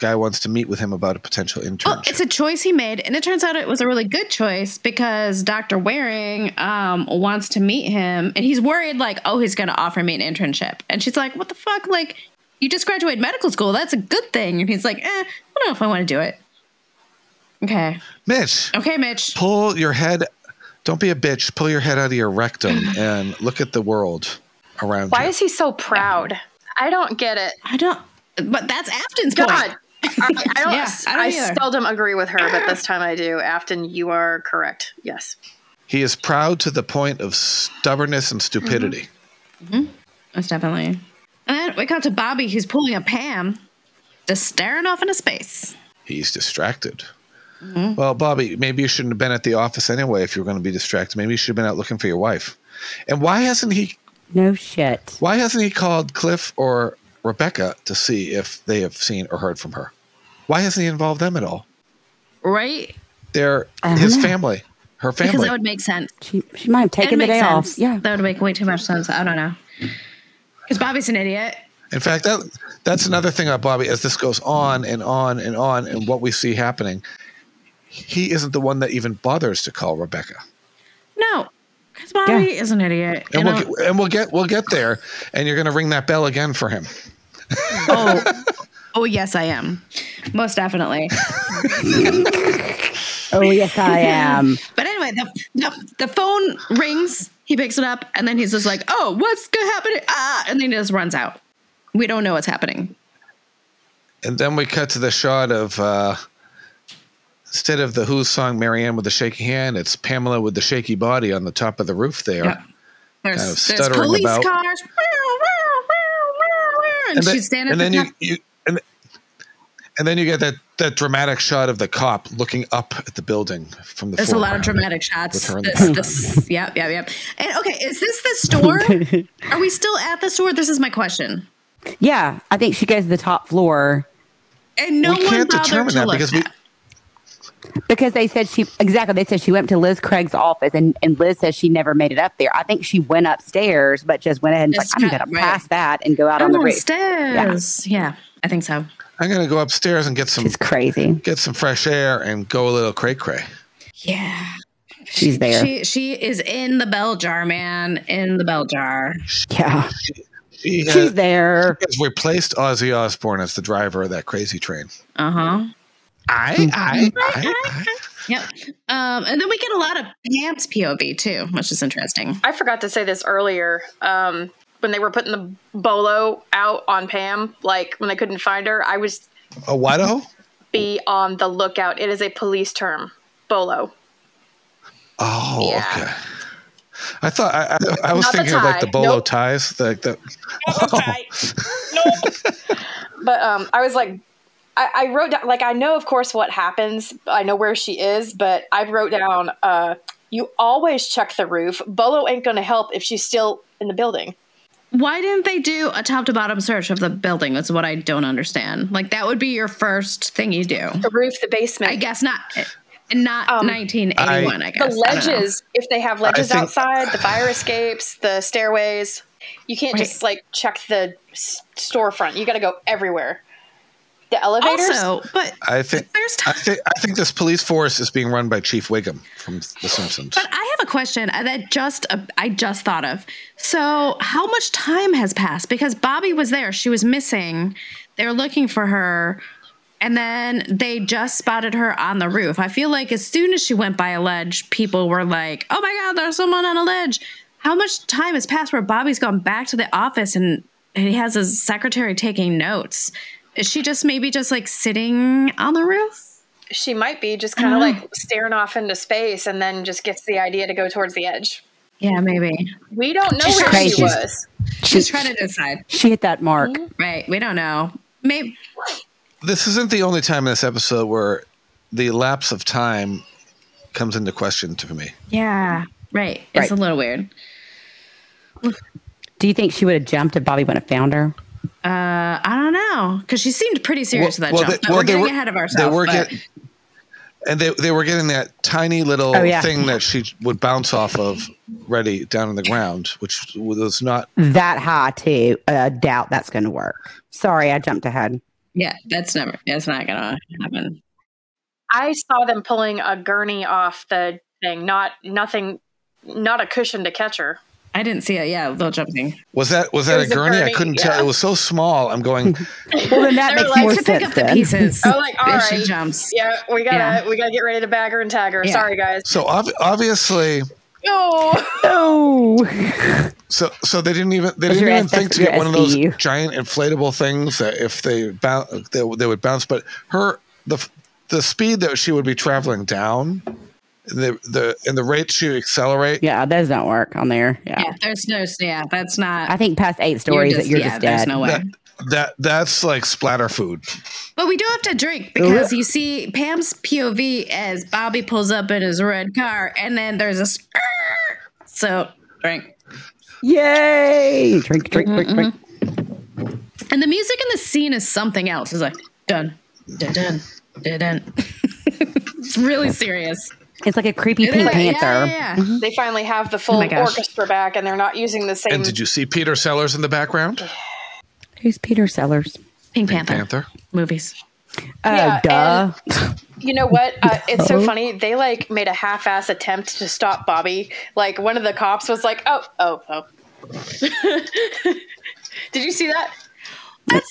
Speaker 6: guy wants to meet with him about a potential
Speaker 4: Well,
Speaker 6: internship.
Speaker 4: it's a choice he made. And it turns out it was a really good choice because Dr. Waring um, wants to meet him and he's worried, like, oh, he's going to offer me an internship. And she's like, what the fuck? Like, you just graduated medical school. That's a good thing. And he's like, eh, I don't know if I want to do it. Okay.
Speaker 6: Mitch,
Speaker 4: Okay, Mitch.
Speaker 6: pull your head. Don't be a bitch. Pull your head out of your rectum and look at the world around
Speaker 7: Why
Speaker 6: you.
Speaker 7: is he so proud? I don't get it.
Speaker 4: I don't. But that's Afton's
Speaker 7: God.
Speaker 4: point.
Speaker 7: I, I
Speaker 4: (laughs)
Speaker 7: don't,
Speaker 4: Yeah, I
Speaker 7: I,
Speaker 4: don't either.
Speaker 7: seldom agree with her, but this time I do. Afton, you are correct. Yes.
Speaker 6: he is proud to the point of stubbornness and stupidity.
Speaker 4: Most definitely. And then we cut to Bobby, who's pulling a Pam, just staring off into space.
Speaker 6: He's distracted.
Speaker 4: Mm-hmm.
Speaker 6: Well, Bobby, maybe you shouldn't have been at the office anyway if you were going to be distracted. Maybe you should have been out looking for your wife. And why hasn't he
Speaker 5: No shit.
Speaker 6: Why hasn't he called Cliff or Rebecca to see if they have seen or heard from her? Why hasn't he involved them at all?
Speaker 4: Right?
Speaker 6: They're his family, her
Speaker 4: Because
Speaker 6: family.
Speaker 4: that would make sense.
Speaker 5: She she might have
Speaker 4: It'd
Speaker 5: taken the
Speaker 4: make
Speaker 5: day
Speaker 4: sense. (laughs)
Speaker 5: off. Yeah.
Speaker 4: That would make way too much sense. I don't know. Because Bobby's an idiot.
Speaker 6: In fact, that that's another thing about Bobby. As this goes on and on and on, and what we see happening, he isn't the one that even bothers to call Rebecca.
Speaker 4: No. Because Bobby is an idiot. you
Speaker 6: And we'll
Speaker 4: know?
Speaker 6: get, and we'll get we'll get there. And you're going to ring that bell again for him. (laughs)
Speaker 4: oh. oh, yes, I am. Most definitely.
Speaker 5: Oh yes, I am.
Speaker 4: But anyway, the, the, the phone rings. He picks it up, and then he's just like, "Oh, what's gonna happen?" Ah, and then he just runs out. We don't know what's happening.
Speaker 6: And then we cut to the shot of uh, instead of the Who's song Marianne with the shaky hand, it's Pamela with the shaky body on the top of the roof there.
Speaker 4: Yeah. There's,
Speaker 6: Kind of
Speaker 4: there's
Speaker 6: stuttering
Speaker 4: police
Speaker 6: about-
Speaker 4: cars, and,
Speaker 6: then-
Speaker 4: she's standing.
Speaker 6: and
Speaker 4: at
Speaker 6: then
Speaker 4: the
Speaker 6: you,
Speaker 4: top.
Speaker 6: you and, and then you get that that dramatic shot of the cop looking up at the building from the.
Speaker 4: There's a lot of
Speaker 6: foreground.
Speaker 4: dramatic shots.
Speaker 6: With her in the
Speaker 4: This, this, yep, yep, yep. And okay, is this the
Speaker 6: (laughs)
Speaker 4: store? Are we still at the store? This is my question.
Speaker 5: Yeah, I think she goes to the top floor
Speaker 4: And no
Speaker 6: we
Speaker 4: one
Speaker 6: can't
Speaker 4: bothered
Speaker 6: determine
Speaker 4: to
Speaker 6: that
Speaker 4: look.
Speaker 6: because we.
Speaker 4: at-
Speaker 5: because they said she exactly. They said she went up to Liz Craig's office, and, and Liz says she never made it up there. I think she went upstairs, but just went ahead and was
Speaker 4: Just
Speaker 5: like I'm
Speaker 4: cut-
Speaker 5: gonna
Speaker 4: right.
Speaker 5: pass that and go out on
Speaker 4: I'm
Speaker 5: the roof.
Speaker 4: upstairs. Yeah. I think so.
Speaker 6: I'm going to go upstairs and get some
Speaker 5: She's crazy.
Speaker 6: get some fresh air and go a little cray cray.
Speaker 4: Yeah.
Speaker 5: She's there.
Speaker 4: She she is in the bell jar, man. In the bell jar.
Speaker 5: yeah,
Speaker 6: She has,
Speaker 5: she's there.
Speaker 6: has replaced Ozzy Osbourne as the driver of that crazy train. Hmm.
Speaker 4: Uh huh.
Speaker 6: I I I. I.
Speaker 4: Yep. Um, and then we get a lot of Pam's POV too, which is interesting.
Speaker 7: I forgot to say this earlier. Um, when they were putting the bolo out on Pam, like when they couldn't find her, I was
Speaker 6: A Wado?
Speaker 7: be on the lookout. It is a police term, bolo.
Speaker 6: Oh,
Speaker 7: Yeah.
Speaker 6: okay. I thought I, I, I was
Speaker 7: Not the
Speaker 6: thinking of like the
Speaker 7: tie.
Speaker 6: bolo
Speaker 7: Nope.
Speaker 6: ties, like the
Speaker 7: But um, I was like, I, I wrote down, like, I know, of course, what happens. I know where she is, but I wrote down, uh, you always check the roof. Bolo ain't going to help if she's still in the building.
Speaker 4: Why didn't they do a top to bottom search of the building? That's what I don't understand. Like that would be your first thing you do.
Speaker 7: The roof, the basement.
Speaker 4: I guess not. And not
Speaker 7: Um,
Speaker 4: 1981. I,
Speaker 7: the
Speaker 4: guess I don't know.
Speaker 7: ledges, if they have ledges
Speaker 6: think-
Speaker 7: outside, the fire escapes, the stairways. You can't just,
Speaker 4: Right.
Speaker 7: like, check the s- storefront. You got to go everywhere. The elevators.
Speaker 4: Also, but
Speaker 6: I think
Speaker 4: there's.
Speaker 6: I think I think this police force is being run by Chief Wiggum from The Simpsons.
Speaker 4: I have a question uh, that just uh, I just thought of. So, how much time has passed? Because Bobby was there; she was missing. They were looking for her, and then they just spotted her on the roof. I feel like as soon as she went by a ledge, people were like, "Oh my God, there's someone on a ledge!" How much time has passed where Bobby's gone back to the office and he has his secretary taking notes? Is she just maybe just like sitting on the roof?
Speaker 7: She might be just kind of
Speaker 4: Mm-hmm.
Speaker 7: like staring off into space and then just gets the idea to go towards the edge.
Speaker 4: Yeah, maybe.
Speaker 7: We don't know where
Speaker 5: crazy.
Speaker 7: she was.
Speaker 5: She,
Speaker 4: She's trying to Hmm? decide.
Speaker 5: she hit that mark.
Speaker 4: Right. We don't know. Maybe.
Speaker 6: This isn't the only time in this episode where the lapse of time comes into question to me.
Speaker 4: Yeah. Right. It's
Speaker 5: Right.
Speaker 4: a little weird.
Speaker 5: Do you think she would have jumped if Bobby would have found her?
Speaker 4: Uh, I don't know because she seemed pretty serious with that jump. but we're
Speaker 6: they
Speaker 4: getting
Speaker 6: were-
Speaker 4: ahead of
Speaker 6: they
Speaker 4: ourselves.
Speaker 6: were
Speaker 4: but-
Speaker 6: get- and they, they were getting that tiny little
Speaker 5: Oh, yeah.
Speaker 6: thing that she would bounce off of ready down on the ground, which was not
Speaker 5: That high too. I doubt that's going to work. Sorry, I jumped ahead.
Speaker 4: yeah, that's never. That's not gonna happen.
Speaker 7: I saw them pulling a gurney off the thing, not nothing, not a cushion to catch her.
Speaker 4: I didn't see it. Yeah, little jump thing.
Speaker 6: was that was
Speaker 7: It
Speaker 6: that
Speaker 7: was
Speaker 6: a
Speaker 7: a
Speaker 6: gurney? I
Speaker 7: gurney,
Speaker 6: couldn't
Speaker 7: yeah.
Speaker 6: tell. It was so small.
Speaker 4: (laughs)
Speaker 6: I'm going.
Speaker 5: Well, then that
Speaker 7: They're
Speaker 5: makes
Speaker 7: like-
Speaker 5: more
Speaker 4: to pick
Speaker 5: sense.
Speaker 4: up the
Speaker 5: then.
Speaker 4: pieces.
Speaker 7: Oh, like all
Speaker 4: if she
Speaker 7: right,
Speaker 4: jumps.
Speaker 7: yeah, we gotta we gotta get ready to bag her and tag her.
Speaker 4: Yeah.
Speaker 7: Sorry, guys.
Speaker 6: So ob- obviously,
Speaker 7: No,
Speaker 5: Oh,
Speaker 6: so so they didn't even they
Speaker 5: Those
Speaker 6: didn't
Speaker 5: are
Speaker 6: even
Speaker 5: S- E
Speaker 6: think to
Speaker 5: your
Speaker 6: get one of those
Speaker 5: SVU.
Speaker 6: giant inflatable things that if they bounce they, they would bounce. But her the f- the speed that she would be traveling down, the the and the rate she would accelerate.
Speaker 5: yeah, that does not work on there. Yeah,
Speaker 4: Yeah, there's no. Yeah, that's not.
Speaker 5: I think past eight
Speaker 4: you're
Speaker 5: stories that you're
Speaker 4: yeah,
Speaker 5: just
Speaker 4: there's
Speaker 5: dead.
Speaker 4: no way.
Speaker 6: That, that that's like splatter food.
Speaker 4: But we do have to drink because you see Pam's POV as Bobby pulls up in his red car, and then there's a. sk- So drink.
Speaker 5: Yay! Drink, drink, drink, drink.
Speaker 4: And the music in the scene is something else. It's like dun dun dun dun. dun. (laughs) it's really serious.
Speaker 5: It's like a creepy
Speaker 4: It is
Speaker 5: Pink
Speaker 4: like-
Speaker 5: Panther.
Speaker 4: Yeah, yeah, yeah.
Speaker 7: they finally have the full
Speaker 4: Oh my gosh.
Speaker 7: orchestra back, and they're not using the same.
Speaker 6: And did you see Peter Sellers in the background?
Speaker 5: Who's Peter Sellers?
Speaker 4: Pink Panther,
Speaker 6: Panther.
Speaker 4: movies.
Speaker 5: Oh,
Speaker 7: Yeah,
Speaker 5: duh.
Speaker 7: You know what? Uh, it's so funny. They like made a half-ass attempt to stop Bobby. Like one of the cops was like, "Oh, oh, oh." (laughs) Did you see that?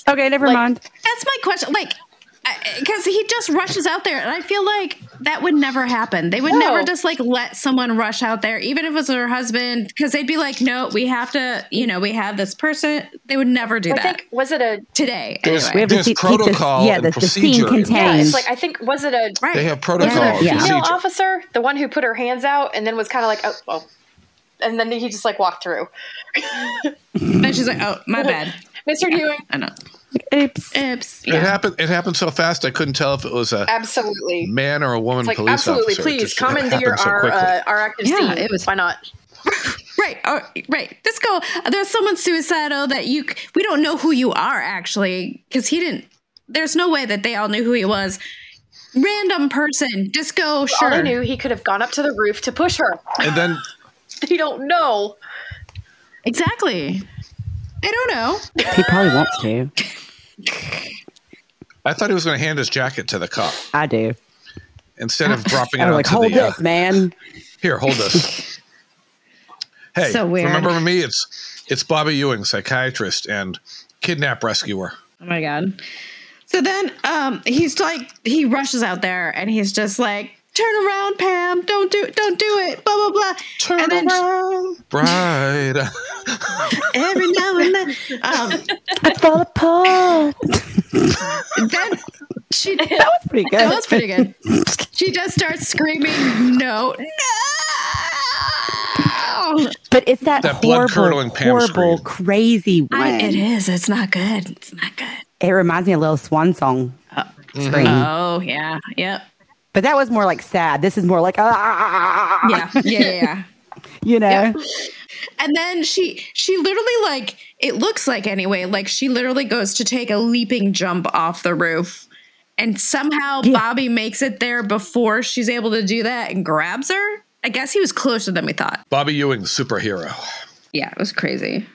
Speaker 5: okay, never
Speaker 7: like-
Speaker 5: mind.
Speaker 4: That's my question. Like, because he just rushes out there, and I feel like that would never happen. They would
Speaker 7: No.
Speaker 4: never just like let someone rush out there, even if it was her husband, because they'd be like, "No, we have to. You know, we have this person." They would never do
Speaker 7: I
Speaker 4: that
Speaker 7: think was it a?
Speaker 4: today.
Speaker 6: There's-
Speaker 4: anyway.
Speaker 5: We have
Speaker 6: There's
Speaker 5: to see, keep this,
Speaker 6: protocol
Speaker 5: yeah,
Speaker 6: and
Speaker 5: the, the scene
Speaker 6: procedure. Yeah, it's
Speaker 7: Yeah,
Speaker 5: contained.
Speaker 7: it's like I think was it a
Speaker 4: Right.
Speaker 6: They have protocol.
Speaker 4: Yeah.
Speaker 5: Yeah.
Speaker 7: female
Speaker 6: procedure.
Speaker 7: officer, the one who put her hands out and then was kind of like, "Oh, oh," and then he just like walked through.
Speaker 4: And she's like, "Oh, my bad.
Speaker 7: Mr. Dewing,
Speaker 4: I know.
Speaker 5: Oops.
Speaker 4: (laughs) Oops."
Speaker 6: It
Speaker 4: Yeah.
Speaker 6: happened. It happened so fast. I couldn't tell if it was a
Speaker 7: absolutely.
Speaker 6: man or a woman
Speaker 7: It's like
Speaker 6: Mm, police
Speaker 7: absolutely,
Speaker 6: officer. It
Speaker 7: please
Speaker 6: just
Speaker 7: come into
Speaker 6: happened
Speaker 7: your
Speaker 6: so
Speaker 7: our
Speaker 6: quickly.
Speaker 7: uh, our active
Speaker 4: Yeah,
Speaker 7: scene.
Speaker 4: it was-
Speaker 7: Why not?
Speaker 4: Right. Oh, right. Let's go. There's someone suicidal that you. c- We don't know who you are actually, because he didn't. There's no way that they all knew who he was. Random person. Just go. Sure.
Speaker 7: All I knew, he could have gone up to the roof to push her. (laughs)
Speaker 6: and then
Speaker 7: They don't know.
Speaker 4: Exactly. I don't know.
Speaker 5: He probably wants to.
Speaker 6: I thought he was going to hand his jacket to the cop
Speaker 5: I do.
Speaker 6: instead
Speaker 5: (laughs)
Speaker 6: of dropping it
Speaker 5: I'm
Speaker 6: onto
Speaker 5: like, hold
Speaker 6: the.
Speaker 5: this,
Speaker 6: uh,
Speaker 5: man. (laughs)
Speaker 6: here, hold this. hey,
Speaker 4: So weird.
Speaker 6: remember me? It's it's Bobby Ewing, psychiatrist and kidnap rescuer.
Speaker 4: Oh my god. So then um he's like he rushes out there and he's just like turn around Pam, don't do don't do it, blah blah blah. Turn and then
Speaker 6: Right. (laughs)
Speaker 4: every now and then um
Speaker 5: I fall apart.
Speaker 4: then she
Speaker 5: That was pretty good.
Speaker 4: that was pretty good. She just starts screaming no. No.
Speaker 5: But it's that,
Speaker 6: That
Speaker 5: horrible,
Speaker 6: blood-curdling Pam scream.
Speaker 5: horrible, crazy one.
Speaker 4: I, it
Speaker 5: it,
Speaker 4: is. It's not good. It's not good.
Speaker 5: reminds me of Little Swan Song
Speaker 4: Uh,
Speaker 5: scream.
Speaker 6: Uh-huh.
Speaker 4: Oh yeah. Yep.
Speaker 5: But that was more like sad. This is more like ah,
Speaker 4: Yeah. (laughs) Yeah. Yeah. yeah.
Speaker 5: you know.
Speaker 4: And then she she literally like it looks like anyway, like she literally goes to take a leaping jump off the roof. And somehow Bobby makes it there before she's able to do that and grabs her. I guess he was closer than we thought.
Speaker 6: Bobby Ewing, superhero.
Speaker 4: Yeah, it was crazy.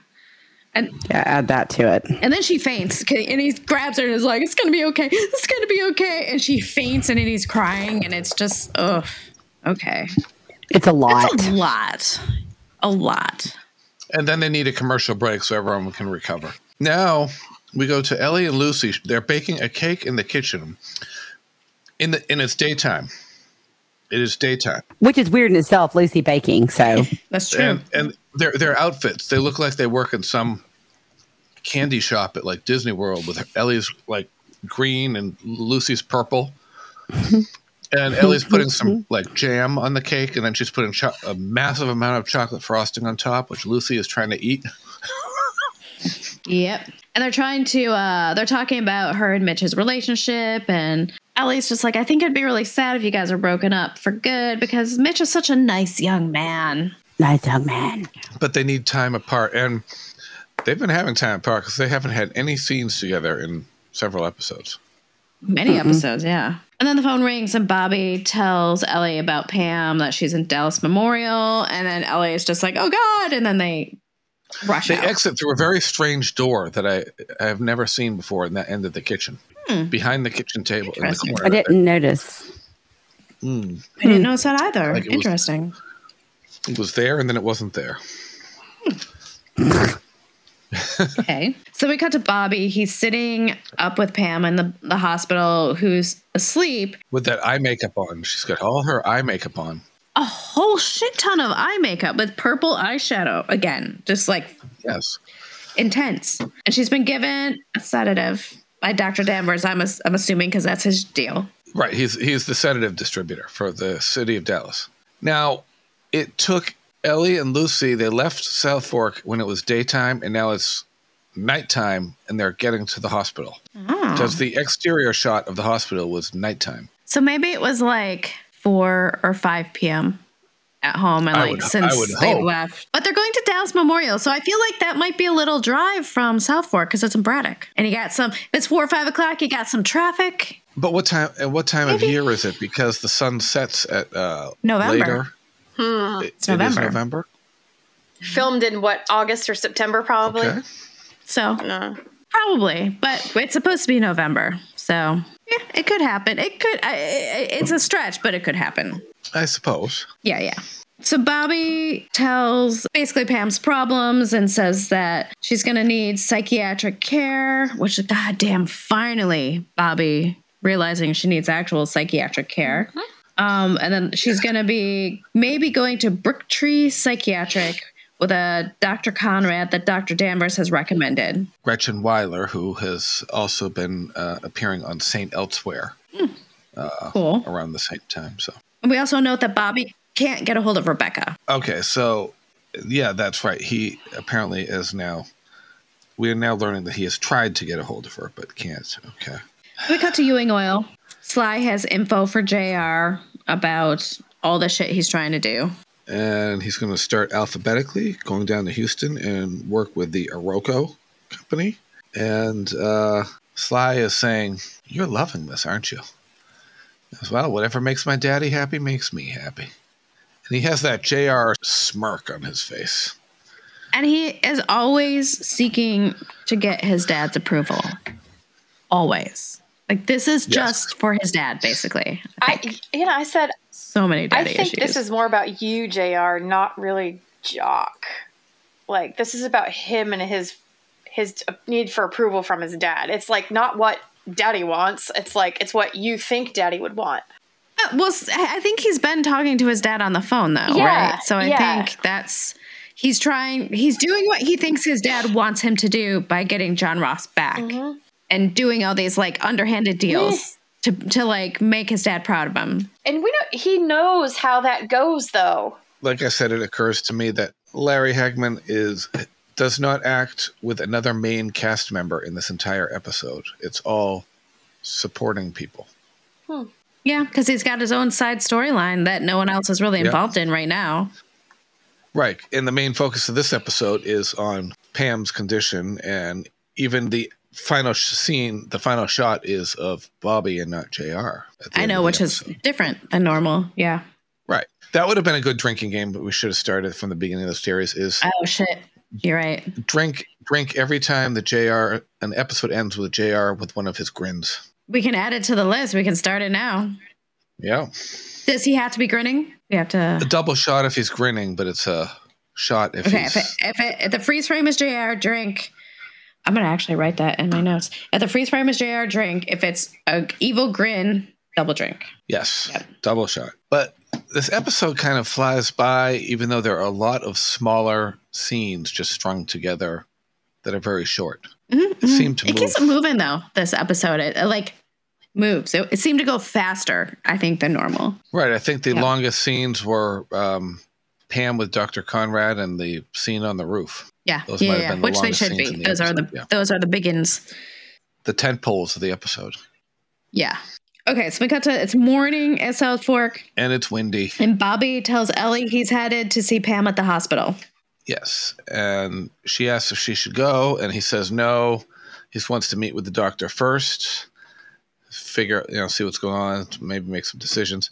Speaker 4: And
Speaker 5: Yeah, add that to it.
Speaker 4: and then she faints 'kay, and he grabs her and is like, It's gonna be okay, it's gonna be okay. And she faints and then he's crying and it's just ugh. Okay.
Speaker 5: It's a lot.
Speaker 4: That's a lot. A lot.
Speaker 6: And then they need a commercial break so everyone can recover. Now we go to Ellie and Lucy. They're baking a cake in the kitchen. In the in it's daytime. It is daytime.
Speaker 5: Which is weird in itself, Lucy baking. So
Speaker 4: That's true.
Speaker 6: And and their their outfits, they look like they work in some candy shop at like Disney World with Ellie's like green and Lucy's purple. and Ellie's putting some like jam on the cake and then she's putting cho- a massive amount of chocolate frosting on top, which Lucy is trying to eat.
Speaker 4: Yep. And they're trying to, uh, they're talking about her and Mitch's relationship. And Ellie's just like, I think it'd be really sad if you guys are broken up for good because Mitch is such a nice young man.
Speaker 5: nice young man.
Speaker 6: but they need time apart and they've been having time apart because they haven't had any scenes together in several episodes
Speaker 4: Many episodes, yeah. And then the phone rings and Bobby tells Ellie about Pam that she's in Dallas Memorial. And then Ellie is just like, oh God. And then they rush
Speaker 6: they
Speaker 4: out.
Speaker 6: exit through a very strange door that i i have never seen before in that end of the kitchen behind the kitchen table in the
Speaker 4: Interesting.
Speaker 6: corner
Speaker 5: I didn't notice.
Speaker 4: I didn't notice that either.
Speaker 6: Like it was-
Speaker 4: Interesting.
Speaker 6: it was there and then it wasn't there
Speaker 4: Okay. So we cut to Bobby. He's sitting up with Pam in the, the hospital who's asleep.
Speaker 6: with that eye makeup on she's got all her eye makeup on
Speaker 4: A whole shit ton of eye makeup with purple eyeshadow. Again, just like
Speaker 6: yes
Speaker 4: intense. And she's been given a sedative by Dr. Danvers, I'm, as- I'm assuming, because that's his deal.
Speaker 6: Right. He's he's the sedative distributor for the city of Dallas. Now, it took Ellie and Lucy, they left South Fork when it was daytime and now it's nighttime and they're getting to the hospital. Because the exterior shot of the hospital was nighttime.
Speaker 4: So maybe it was like 4 or 5 p.m. at home and
Speaker 6: I
Speaker 4: like
Speaker 6: would- I would
Speaker 4: since they
Speaker 6: hope.
Speaker 4: left. But they're going to Dallas Memorial. So I feel like that might be a little drive from South Fork because it's in Braddock. And you got some, if it's 4 or 5 o'clock, you got some traffic.
Speaker 6: But what time and what time of year is it? Because the sun sets at uh
Speaker 4: November.
Speaker 6: later. It-
Speaker 4: It's
Speaker 6: it is
Speaker 4: November.
Speaker 6: November.
Speaker 7: Filmed in what August or September, probably.
Speaker 6: Okay.
Speaker 4: So
Speaker 7: No.
Speaker 4: probably, but it's supposed to be November. So yeah, it could happen. It could, I, I, it's a stretch, but it could happen.
Speaker 6: I suppose.
Speaker 4: Yeah, yeah. So Bobby tells basically Pam's problems and says that she's going to need psychiatric care, which goddamn finally Bobby realizing she needs actual psychiatric care. Um, and then she's going to be maybe going to Brooktree Psychiatric with a Dr. Conrad that Dr. Danvers has recommended.
Speaker 6: Gretchen Weiler, who has also been uh, appearing on Saint Elsewhere
Speaker 4: Cool.
Speaker 6: around the same time. So
Speaker 4: And we also note that Bobby can't get a hold of Rebecca.
Speaker 6: Okay, so yeah, that's right. He apparently is now. We are now learning that he has tried to get a hold of her, but can't. Okay.
Speaker 4: We cut to Ewing Oil. Sly has info for JR about all the shit he's trying to do.
Speaker 6: And he's going to start alphabetically going down to Houston and work with the Oroco company. And uh, Sly is saying, You're loving this, aren't you? As well, whatever makes my daddy happy makes me happy. And he has that JR smirk on his face.
Speaker 4: And he is always seeking to get his dad's approval. Always. Like this is just for his dad, basically.
Speaker 7: I, you know, I said
Speaker 4: So many
Speaker 7: I
Speaker 4: daddy
Speaker 7: think
Speaker 4: issues.
Speaker 7: this is more about you, Jr. Not really Jock. Like this is about him and his his uh, need for approval from his dad. It's like not what Daddy wants. It's like it's what you think Daddy would want.
Speaker 4: Uh, (laughs) well, s- I I think he's been talking to his dad on the phone though,
Speaker 7: Yeah,
Speaker 4: right? So I
Speaker 7: yeah.
Speaker 4: think that's he's trying. He's doing what he thinks his dad wants him to do by getting John Ross back
Speaker 7: Mm-hmm.
Speaker 4: and doing all these like underhanded deals to to like make his dad proud of him.
Speaker 7: And we know he knows how that goes, though.
Speaker 6: like I said, it occurs to me that Larry Hagman is does not act with another main cast member in this entire episode. It's all supporting people.
Speaker 4: Yeah, because he's got his own side storyline that no one else is really involved in right now.
Speaker 6: Right. And the main focus of this episode is on Pam's condition and even the final sh- scene, the final shot is of Bobby and not JR. at the
Speaker 4: I
Speaker 6: end
Speaker 4: know,
Speaker 6: of the
Speaker 4: which is
Speaker 6: episode.
Speaker 4: different than normal. Yeah.
Speaker 6: right. That would have been a good drinking game, but we should have started from the beginning of the series is
Speaker 4: Oh shit, you're right.
Speaker 6: drink drink every time the JR an episode ends with JR with one of his grins.
Speaker 4: We can add it to the list. We can start it now.
Speaker 6: Yeah.
Speaker 4: Does he have to be grinning? We have to.
Speaker 6: A double shot if he's grinning, but it's a shot if
Speaker 4: Okay,
Speaker 6: he's.
Speaker 4: if, it, if, it, if the freeze frame is JR drink, I'm gonna actually write that in my notes. If the freeze frame is JR drink, if it's a evil grin, double drink.
Speaker 6: Yes,
Speaker 4: Yep.
Speaker 6: double shot. But this episode kind of flies by, even though there are a lot of smaller scenes just strung together that are very short. It seemed to
Speaker 4: Mm-hmm, It
Speaker 6: move.
Speaker 4: keeps moving though. This episode, it, it, like moves. It, it seemed to go faster, I think, than normal.
Speaker 6: right. I think the
Speaker 4: Yeah.
Speaker 6: longest scenes were um, Pam with Dr. Conrad and the scene on the roof.
Speaker 4: Yeah,
Speaker 6: Those
Speaker 4: yeah,
Speaker 6: might have
Speaker 4: yeah.
Speaker 6: been the
Speaker 4: which they
Speaker 6: longest
Speaker 4: should
Speaker 6: scenes
Speaker 4: be.
Speaker 6: in the
Speaker 4: those are the
Speaker 6: episode, yeah.
Speaker 4: those are the begins.
Speaker 6: The tent poles of the episode.
Speaker 4: Yeah. Okay, so we cut to it's morning at South Fork,
Speaker 6: And it's windy.
Speaker 4: and Bobby tells Ellie he's headed to see Pam at the hospital.
Speaker 6: Yes. And she asks if she should go, and he says no. He wants to meet with the doctor first, figure, you know, see what's going on, maybe make some decisions.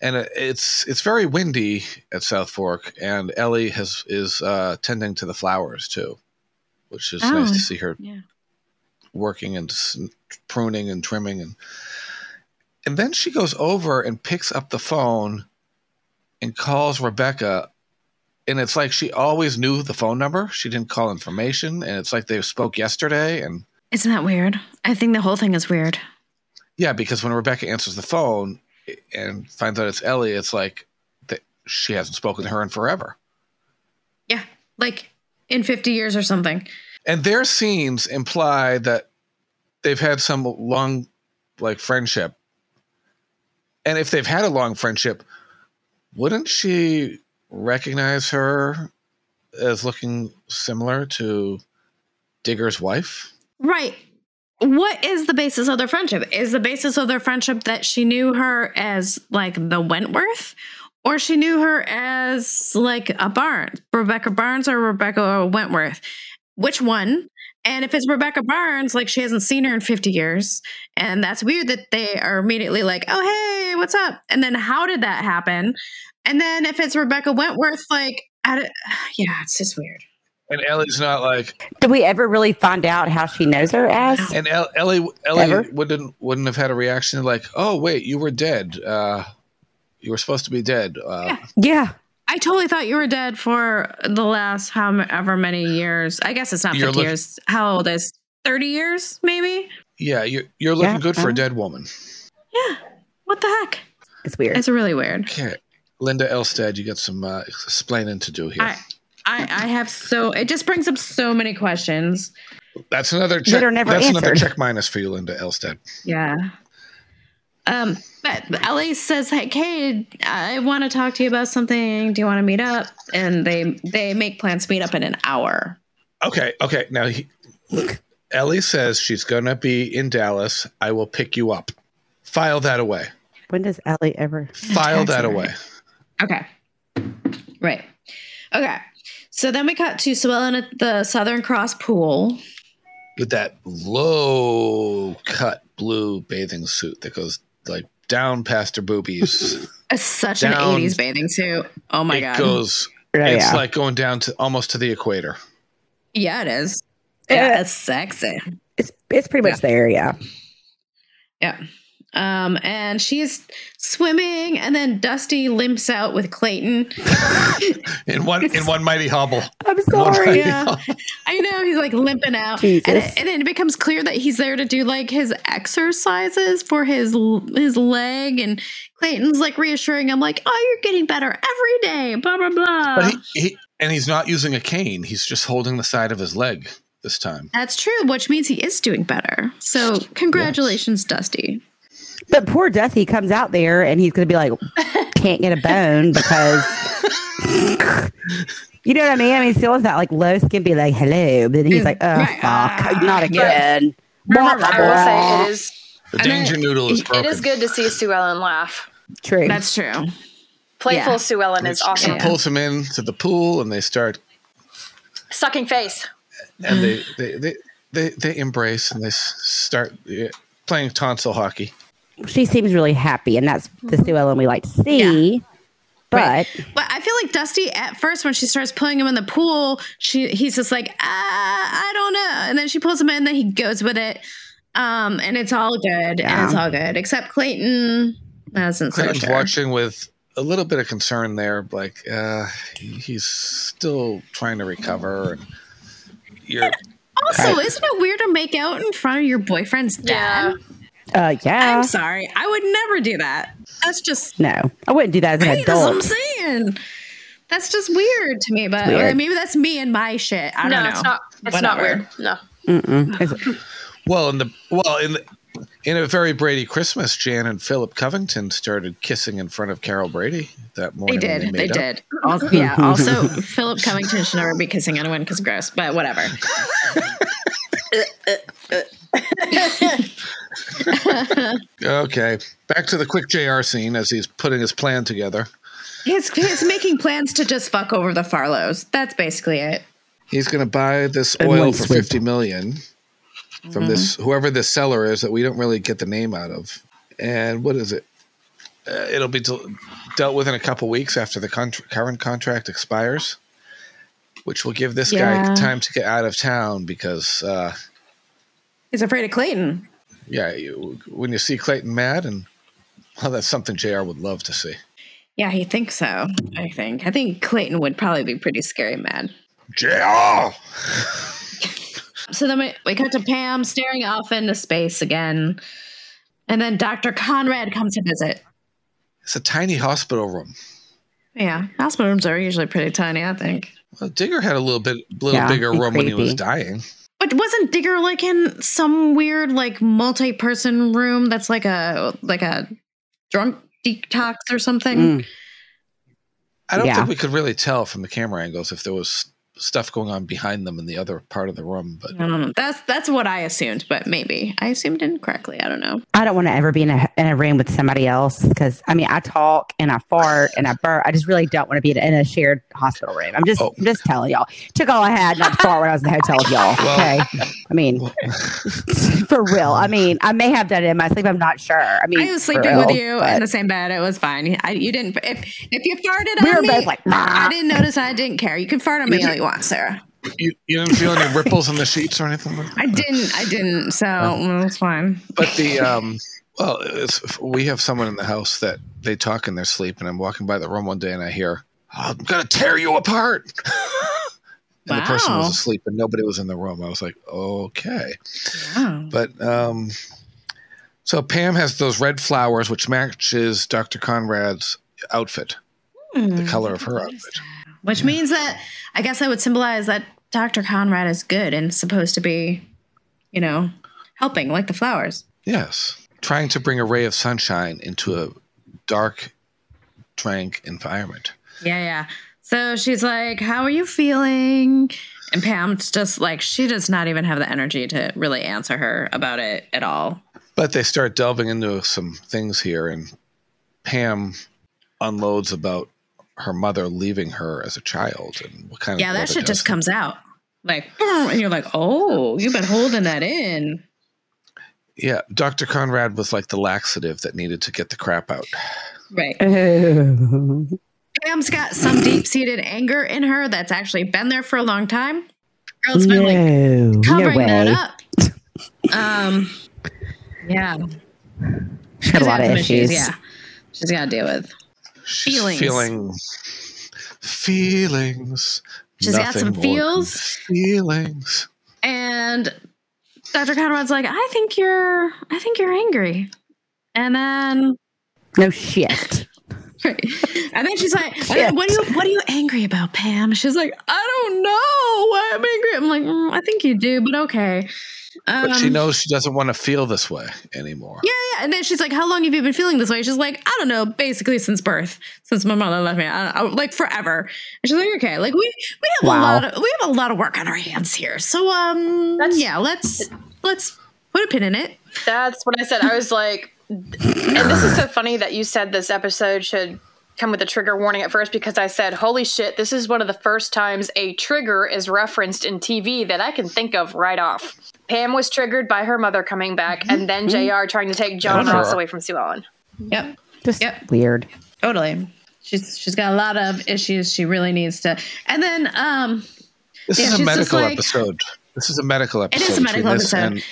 Speaker 6: And it- it's it's very windy at South Fork, and Ellie has is uh, tending to the flowers too, which is nice
Speaker 4: Oh,
Speaker 6: to see her
Speaker 4: yeah.
Speaker 6: working and s- pruning and trimming and and then she goes over and picks up the phone and calls Rebecca. And it's like she always knew the phone number. She didn't call information. And it's like they spoke yesterday. And
Speaker 4: Isn't that weird? I think the whole thing is weird.
Speaker 6: yeah, because when Rebecca answers the phone and finds out it's Ellie, it's like that she hasn't spoken to her in forever.
Speaker 4: Yeah, like in 50 years or something.
Speaker 6: And their scenes imply that they've had some long, like, friendship. And if they've had a long friendship, wouldn't she recognize her as looking similar to Digger's wife?
Speaker 4: Right. What is the basis of their friendship? Is the basis of their friendship that she knew her as like the Wentworth or she knew her as like a Barnes, Rebecca Barnes or Rebecca Wentworth? Which one? And if it's Rebecca Barnes, like she hasn't seen her in 50 years. And that's weird that they are immediately like, oh, hey, what's up? And then how did that happen? And then if it's Rebecca Wentworth, like, I don't- (sighs) yeah, it's just weird.
Speaker 6: And Ellie's not like,
Speaker 5: Did we ever really find out how she knows her ass?
Speaker 6: and El- Ellie, Ellie
Speaker 5: Ever?
Speaker 6: wouldn't wouldn't have had a reaction like, "Oh wait, you were dead. Uh, you were supposed to be dead." Uh,
Speaker 5: Yeah.
Speaker 4: I totally thought you were dead for the last however many years. I guess it's not
Speaker 6: You're
Speaker 4: 50
Speaker 6: look-
Speaker 4: years. How old is 30 years, maybe?
Speaker 6: yeah, you're you're looking
Speaker 5: Yeah,
Speaker 6: good for
Speaker 5: uh.
Speaker 6: a dead woman.
Speaker 4: What the heck?
Speaker 5: It's weird.
Speaker 4: It's really weird.
Speaker 6: Okay, Linda Elstad, you got some uh, explaining to do here.
Speaker 4: I, I, I have so, it just brings up so many questions.
Speaker 6: That's another check.
Speaker 5: are never
Speaker 6: that's another
Speaker 5: answered.
Speaker 6: check minus for you, Linda Elstad.
Speaker 4: Yeah. Um, but Ellie says like, "Hey, I want to talk to you about something. Do you want to meet up?" And they they make plans to meet up in an hour.
Speaker 6: Okay, okay. Now, he, Ellie says she's gonna be in Dallas. I will pick you up. File that away.
Speaker 5: when does Ellie ever?
Speaker 6: File
Speaker 4: That's
Speaker 6: that
Speaker 4: all
Speaker 6: away.
Speaker 4: Okay. Right. Okay. So then we cut to Swellen at the Southern Cross pool.
Speaker 6: with that low cut blue bathing suit that goes like down past her boobies.
Speaker 4: It's such
Speaker 6: Down.
Speaker 4: an 80s bathing suit. Oh my
Speaker 6: it
Speaker 4: God.
Speaker 6: goes.
Speaker 5: Yeah,
Speaker 6: it's
Speaker 5: yeah.
Speaker 6: like going down to almost to the equator.
Speaker 4: yeah, it is.
Speaker 5: Yeah.
Speaker 4: Yeah, it's sexy.
Speaker 5: it's it's pretty much there. Yeah.
Speaker 4: Yeah. Um, and she's swimming, and then Dusty limps out with Clayton.
Speaker 6: In one in one mighty hobble.
Speaker 5: I'm
Speaker 6: One
Speaker 5: sorry.
Speaker 6: mighty
Speaker 4: Yeah.
Speaker 6: hobble.
Speaker 4: I know he's like limping out,
Speaker 5: Jesus.
Speaker 4: And, it- and then it becomes clear that he's there to do like his exercises for his l- his leg. And Clayton's like reassuring him, like, "Oh, you're getting better every day." Blah blah blah.
Speaker 6: But he, he and he's not using a cane. He's just holding the side of his leg this time.
Speaker 4: That's true, which means he is doing better. So congratulations, Dusty.
Speaker 5: But poor Dusty comes out there and he's going to be like, can't get a
Speaker 4: (laughs)
Speaker 5: bone because. You know what I mean? I mean, still is that like low skin, be like, hello. But then he's like, oh,
Speaker 4: Mm, Right.
Speaker 5: fuck, not again. Blah,
Speaker 4: Right.
Speaker 5: blah,
Speaker 7: I will
Speaker 5: blah.
Speaker 7: say it is
Speaker 6: The
Speaker 4: And
Speaker 6: danger
Speaker 4: it-
Speaker 6: noodle is
Speaker 7: it
Speaker 6: broken.
Speaker 7: is good to see Sue Ellen laugh.
Speaker 5: True.
Speaker 4: That's true.
Speaker 7: Playful
Speaker 4: Yeah.
Speaker 7: Sue Ellen is
Speaker 6: She
Speaker 7: awesome.
Speaker 6: pulls him in to the pool and they start
Speaker 7: Sucking face.
Speaker 6: and they they, they, they, they embrace and they s- start yeah, playing tonsil hockey.
Speaker 5: she seems really happy, and that's the Sue Ellen we like to see. But
Speaker 4: But I feel like Dusty at first when she starts pulling him in the pool, she he's just like, ah, I don't know. And then she pulls him in, then he goes with it. Um, and it's all good. And it's all good. Except Clayton Hasn't so
Speaker 6: Clinton's
Speaker 4: sure.
Speaker 6: watching with a little bit of concern there. Like uh, he- he's still trying to recover, and you're
Speaker 4: Also, isn't it weird to make out in front of your boyfriend's dad?
Speaker 7: Yeah.
Speaker 5: Uh, yeah.
Speaker 4: I'm sorry. I would never do that. That's just
Speaker 5: no, I wouldn't do that as an
Speaker 4: hey, that's what I'm
Speaker 5: adult.
Speaker 4: saying. That's just weird to me, but
Speaker 5: weird.
Speaker 4: or maybe that's me and my shit. I
Speaker 7: no,
Speaker 4: don't know.
Speaker 7: it's not. It's not
Speaker 4: Whatever.
Speaker 7: weird. No.
Speaker 5: Mm-mm. It's-
Speaker 6: well in the well in the, in a very Brady Christmas. Jan and Philip Covington started kissing in front of Carol Brady that
Speaker 4: They
Speaker 6: morning. when
Speaker 4: did. They
Speaker 6: made up.
Speaker 4: did. Also, yeah. Also, Philip Covington should never be kissing anyone because gross. But whatever.
Speaker 6: Okay, back to the quick JR scene as he's putting his plan together.
Speaker 4: He's, he's making plans to just fuck over the Farlows. That's basically it.
Speaker 6: He's going to buy this
Speaker 5: And
Speaker 6: oil
Speaker 5: one
Speaker 6: for
Speaker 5: sweep.
Speaker 6: fifty million from this
Speaker 5: Mm-hmm.
Speaker 6: whoever this seller is that we don't really get the name out of. And what is it? Uh, it'll be del- dealt with in a couple weeks after the con- current contract expires, which will give this
Speaker 4: Yeah.
Speaker 6: guy time to get out of town because, uh,
Speaker 4: He's afraid of Clayton.
Speaker 6: yeah, you, when you see Clayton mad, and well, that's something Jr. would love to see.
Speaker 4: Yeah, he thinks so. I think. I think Clayton would probably be pretty scary mad.
Speaker 6: Jr.
Speaker 4: So then we, we cut to Pam staring off into space again. And then Dr. Conrad comes to visit.
Speaker 6: It's a tiny hospital room.
Speaker 4: Yeah, hospital rooms are usually pretty tiny, I think.
Speaker 6: Well, Digger had a little bit, little
Speaker 5: Yeah,
Speaker 6: bigger
Speaker 5: be
Speaker 6: room when he was
Speaker 5: creepy.
Speaker 6: dying.
Speaker 4: But wasn't Digger like in some weird like multi-person room that's like a like a drunk detox or something?
Speaker 5: mm.
Speaker 6: I don't
Speaker 5: Yeah.
Speaker 6: think we could really tell from the camera angles if there was stuff going on behind them in the other part of the room. But
Speaker 4: I don't know. That's that's what I assumed, but maybe I assumed incorrectly. I don't know.
Speaker 5: I don't want to ever be in a, in a room with somebody else because I mean I talk and I fart and I burp. I just really don't want to be in a, in a shared hospital room. I'm just
Speaker 6: Oh.
Speaker 5: I'm just telling y'all. Took all I had not to fart when I was in the hotel with y'all.
Speaker 6: Well-
Speaker 5: okay, I mean (laughs) for real. I mean I may have done it in my sleep. I'm not sure. I mean
Speaker 4: I was
Speaker 5: for
Speaker 4: sleeping with
Speaker 5: real,
Speaker 4: you
Speaker 5: but-
Speaker 4: in the same bed. It was fine. I, you didn't. If if you farted
Speaker 5: We
Speaker 4: on
Speaker 5: were
Speaker 4: me,
Speaker 5: both like,
Speaker 4: I
Speaker 5: "Nah."
Speaker 4: didn't notice. I didn't care. You can fart
Speaker 5: (laughs)
Speaker 4: on me all you want, Sarah.
Speaker 6: you, you didn't feel any ripples in the sheets or anything. Like that?
Speaker 4: I didn't. I didn't. So well, it's fine.
Speaker 6: But the um, well, it's, we have someone in the house that they talk in their sleep, and I'm walking by the room one day and I hear, "I'm gonna tear you apart." (laughs) And the person
Speaker 4: Wow.
Speaker 6: was asleep, and nobody was in the room. I was like, "Okay."
Speaker 4: Wow.
Speaker 6: But um, so Pam has those red flowers, which matches Dr. Conrad's outfit, the
Speaker 4: Hmm.
Speaker 6: color of her outfit.
Speaker 4: Which means that I guess I would symbolize that Dr. Conrad is good and supposed to be, you know, helping like the flowers.
Speaker 6: Yes, trying to bring a ray of sunshine into a dark, dank environment.
Speaker 4: Yeah, yeah. So she's like, How are you feeling? And Pam's just like, she does not even have the energy to really answer her about it at all.
Speaker 6: But they start delving into some things here, and Pam unloads about her mother leaving her as a child and what kind
Speaker 4: Yeah,
Speaker 6: of
Speaker 4: that
Speaker 6: mother
Speaker 4: shit
Speaker 6: does
Speaker 4: just comes out. Like, boom, and you're like, Oh, you've been holding that in.
Speaker 6: Yeah, Dr. Conrad was like the laxative that needed to get the crap out.
Speaker 4: Right.
Speaker 5: (laughs) Ew.
Speaker 4: Pam's got some deep seated anger in her that's actually been there for a long time. Girl's been like
Speaker 5: no, no
Speaker 4: covering that
Speaker 5: way.
Speaker 4: up.
Speaker 5: (laughs)
Speaker 4: Um, yeah,
Speaker 5: She had a lot of
Speaker 4: Some
Speaker 5: issues.
Speaker 4: Yeah, she's got to deal with.
Speaker 6: She's
Speaker 4: Feelings.
Speaker 6: Feeling feelings.
Speaker 4: She's got some
Speaker 6: more than
Speaker 4: feels.
Speaker 6: Feelings.
Speaker 4: And Dr. Conrad's like, I think you're, I think you're angry. And then, (laughs)
Speaker 5: No shit.
Speaker 4: and then she's like,
Speaker 5: (laughs)
Speaker 4: what are you, what are you angry about, Pam? She's like, I don't know why I'm angry. I'm like, "Mm, I think you do, but okay. Um,
Speaker 6: But she knows she doesn't want to feel this way anymore.
Speaker 4: Yeah, yeah. And then she's like, How long have you been feeling this way? She's like, I don't know, basically since birth, since my mother left me, I, I, like forever. And she's like, Okay, like we we have a
Speaker 5: Wow.
Speaker 4: lot of we have a lot of work on our hands here. So um,
Speaker 7: That's-
Speaker 4: yeah, let's let's put a pin in it.
Speaker 7: That's what I said. I was like, and this is so funny that you said this episode should come with a trigger warning at first because I said, holy shit, this is one of the first times a trigger is referenced in TV that I can think of right off. Pam was triggered by her mother coming back and then JR trying to take John
Speaker 6: Yeah.
Speaker 7: Ross away from Sue Ellen.
Speaker 4: Yep,
Speaker 5: Just
Speaker 4: Yep.
Speaker 5: weird.
Speaker 4: totally. She's she's got a lot of issues. She really needs to. And then um,
Speaker 6: This
Speaker 4: Yeah,
Speaker 6: is a
Speaker 4: she's just
Speaker 6: medical
Speaker 4: like-
Speaker 6: episode. This is a medical
Speaker 4: is
Speaker 6: episode.
Speaker 4: a medical
Speaker 6: between this
Speaker 4: episode.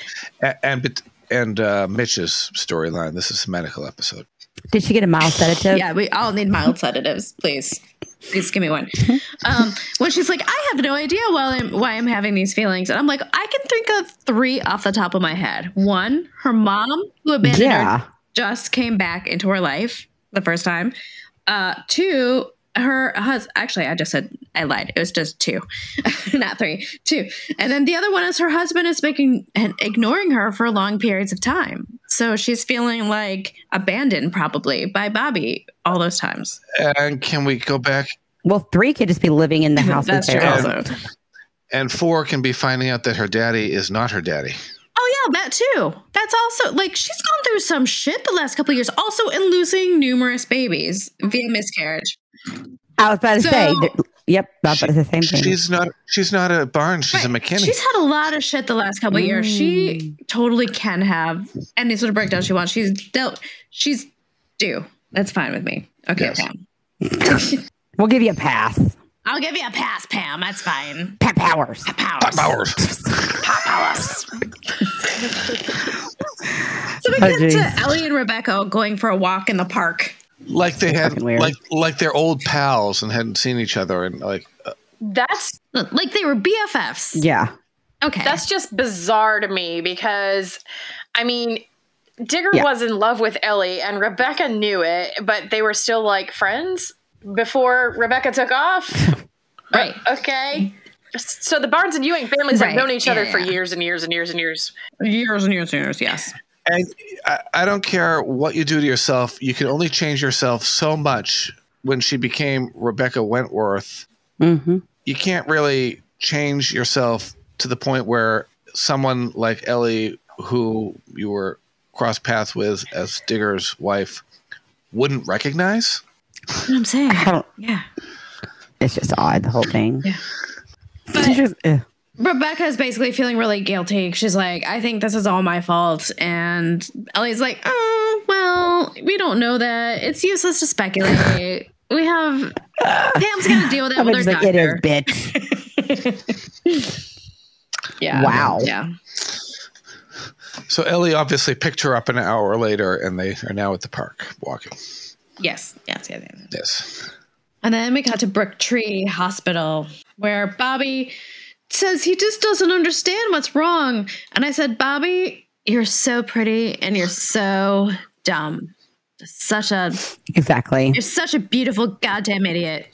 Speaker 6: And and bet- and uh, Mitch's storyline. This is a medical episode.
Speaker 5: Did she get a mild sedative?
Speaker 4: Yeah, we all need mild sedatives, please. Please give me one. Um, when she's like, I have no idea why I'm, why I'm having these feelings. And I'm like, I can think of three off the top of my head. One, her mom, who abandoned
Speaker 5: Yeah.
Speaker 4: her, just came back into her life the first time. Uh, two, her husband. Actually, I just said, I lied. It was just two, (laughs) not three, two. And then the other one is her husband is making and ignoring her for long periods of time. So she's feeling like abandoned probably by Bobby all those times.
Speaker 6: And can we go back?
Speaker 5: Well, three could just be
Speaker 4: (laughs)
Speaker 5: living in the house
Speaker 4: That's
Speaker 5: with
Speaker 4: true.
Speaker 5: their
Speaker 4: Also.
Speaker 6: And four can be finding out that her daddy is not her daddy.
Speaker 4: Oh yeah, that too. That's also like she's gone through some shit the last couple of years. Also, in losing numerous babies via miscarriage.
Speaker 5: I was about to
Speaker 4: So-
Speaker 5: say, that- yep, I was
Speaker 6: She-
Speaker 5: about to say the same thing.
Speaker 6: She's not. She's not a Barnes. She's a
Speaker 4: Right.
Speaker 6: McKinney.
Speaker 4: She's had a lot of shit the last couple of years. She totally can have any sort of breakdown she wants. She's dealt. She's due. That's fine with me. Okay,
Speaker 6: Yes.
Speaker 4: Pam.
Speaker 5: we'll give you a pass.
Speaker 4: I'll give you a pass, Pam. That's fine.
Speaker 5: Pat Powers.
Speaker 4: Powers.
Speaker 6: Bowers.
Speaker 4: So we
Speaker 5: Oh,
Speaker 4: get to
Speaker 5: geez.
Speaker 4: Ellie and Rebecca going for a walk in the park.
Speaker 6: Like they had.
Speaker 5: Fucking weird.
Speaker 6: Like like they're old pals and hadn't seen each other and like.
Speaker 7: That's
Speaker 4: Look, Like they were BFFs.
Speaker 5: Yeah.
Speaker 4: Okay.
Speaker 7: that's just bizarre to me because, I mean, Digger
Speaker 5: Yeah.
Speaker 7: was in love with Ellie and Rebecca knew it, but they were still like friends before Rebecca took off.
Speaker 4: right.
Speaker 7: Okay. So the Barnes and Ewing families
Speaker 4: Right.
Speaker 7: have known each
Speaker 4: Yeah,
Speaker 7: other for
Speaker 4: yeah.
Speaker 7: years and years and years and years.
Speaker 4: Years and years and years. Yes.
Speaker 6: And I, I don't care what you do to yourself. You can only change yourself so much. When she became Rebecca Wentworth,
Speaker 5: Mm-hmm.
Speaker 6: you can't really change yourself to the point where someone like Ellie, who you were cross paths with as Digger's wife, wouldn't recognize.
Speaker 4: That's what I'm saying.
Speaker 5: I don't,
Speaker 4: Yeah.
Speaker 5: it's just odd, the whole thing.
Speaker 4: Yeah.
Speaker 5: It's just, ugh.
Speaker 4: Rebecca is basically feeling really guilty. She's like, I think this is all my fault. And Ellie's like, oh, well, we don't know that. It's useless to speculate. We have Pam's gonna deal with that
Speaker 5: I'm
Speaker 4: with her
Speaker 5: just like, it is,
Speaker 4: doctor.
Speaker 5: bitch. (laughs)
Speaker 4: yeah.
Speaker 5: Wow.
Speaker 4: Yeah.
Speaker 6: So Ellie obviously picked her up an hour later, and they are now at the park walking.
Speaker 4: Yes. Yes. Yes. yes.
Speaker 6: Yes.
Speaker 4: And then we got to Brook Tree Hospital, where Bobby says he just doesn't understand what's wrong. And I said, Bobby, you're so pretty and you're so dumb. Such a
Speaker 5: Exactly.
Speaker 4: You're such a beautiful goddamn idiot.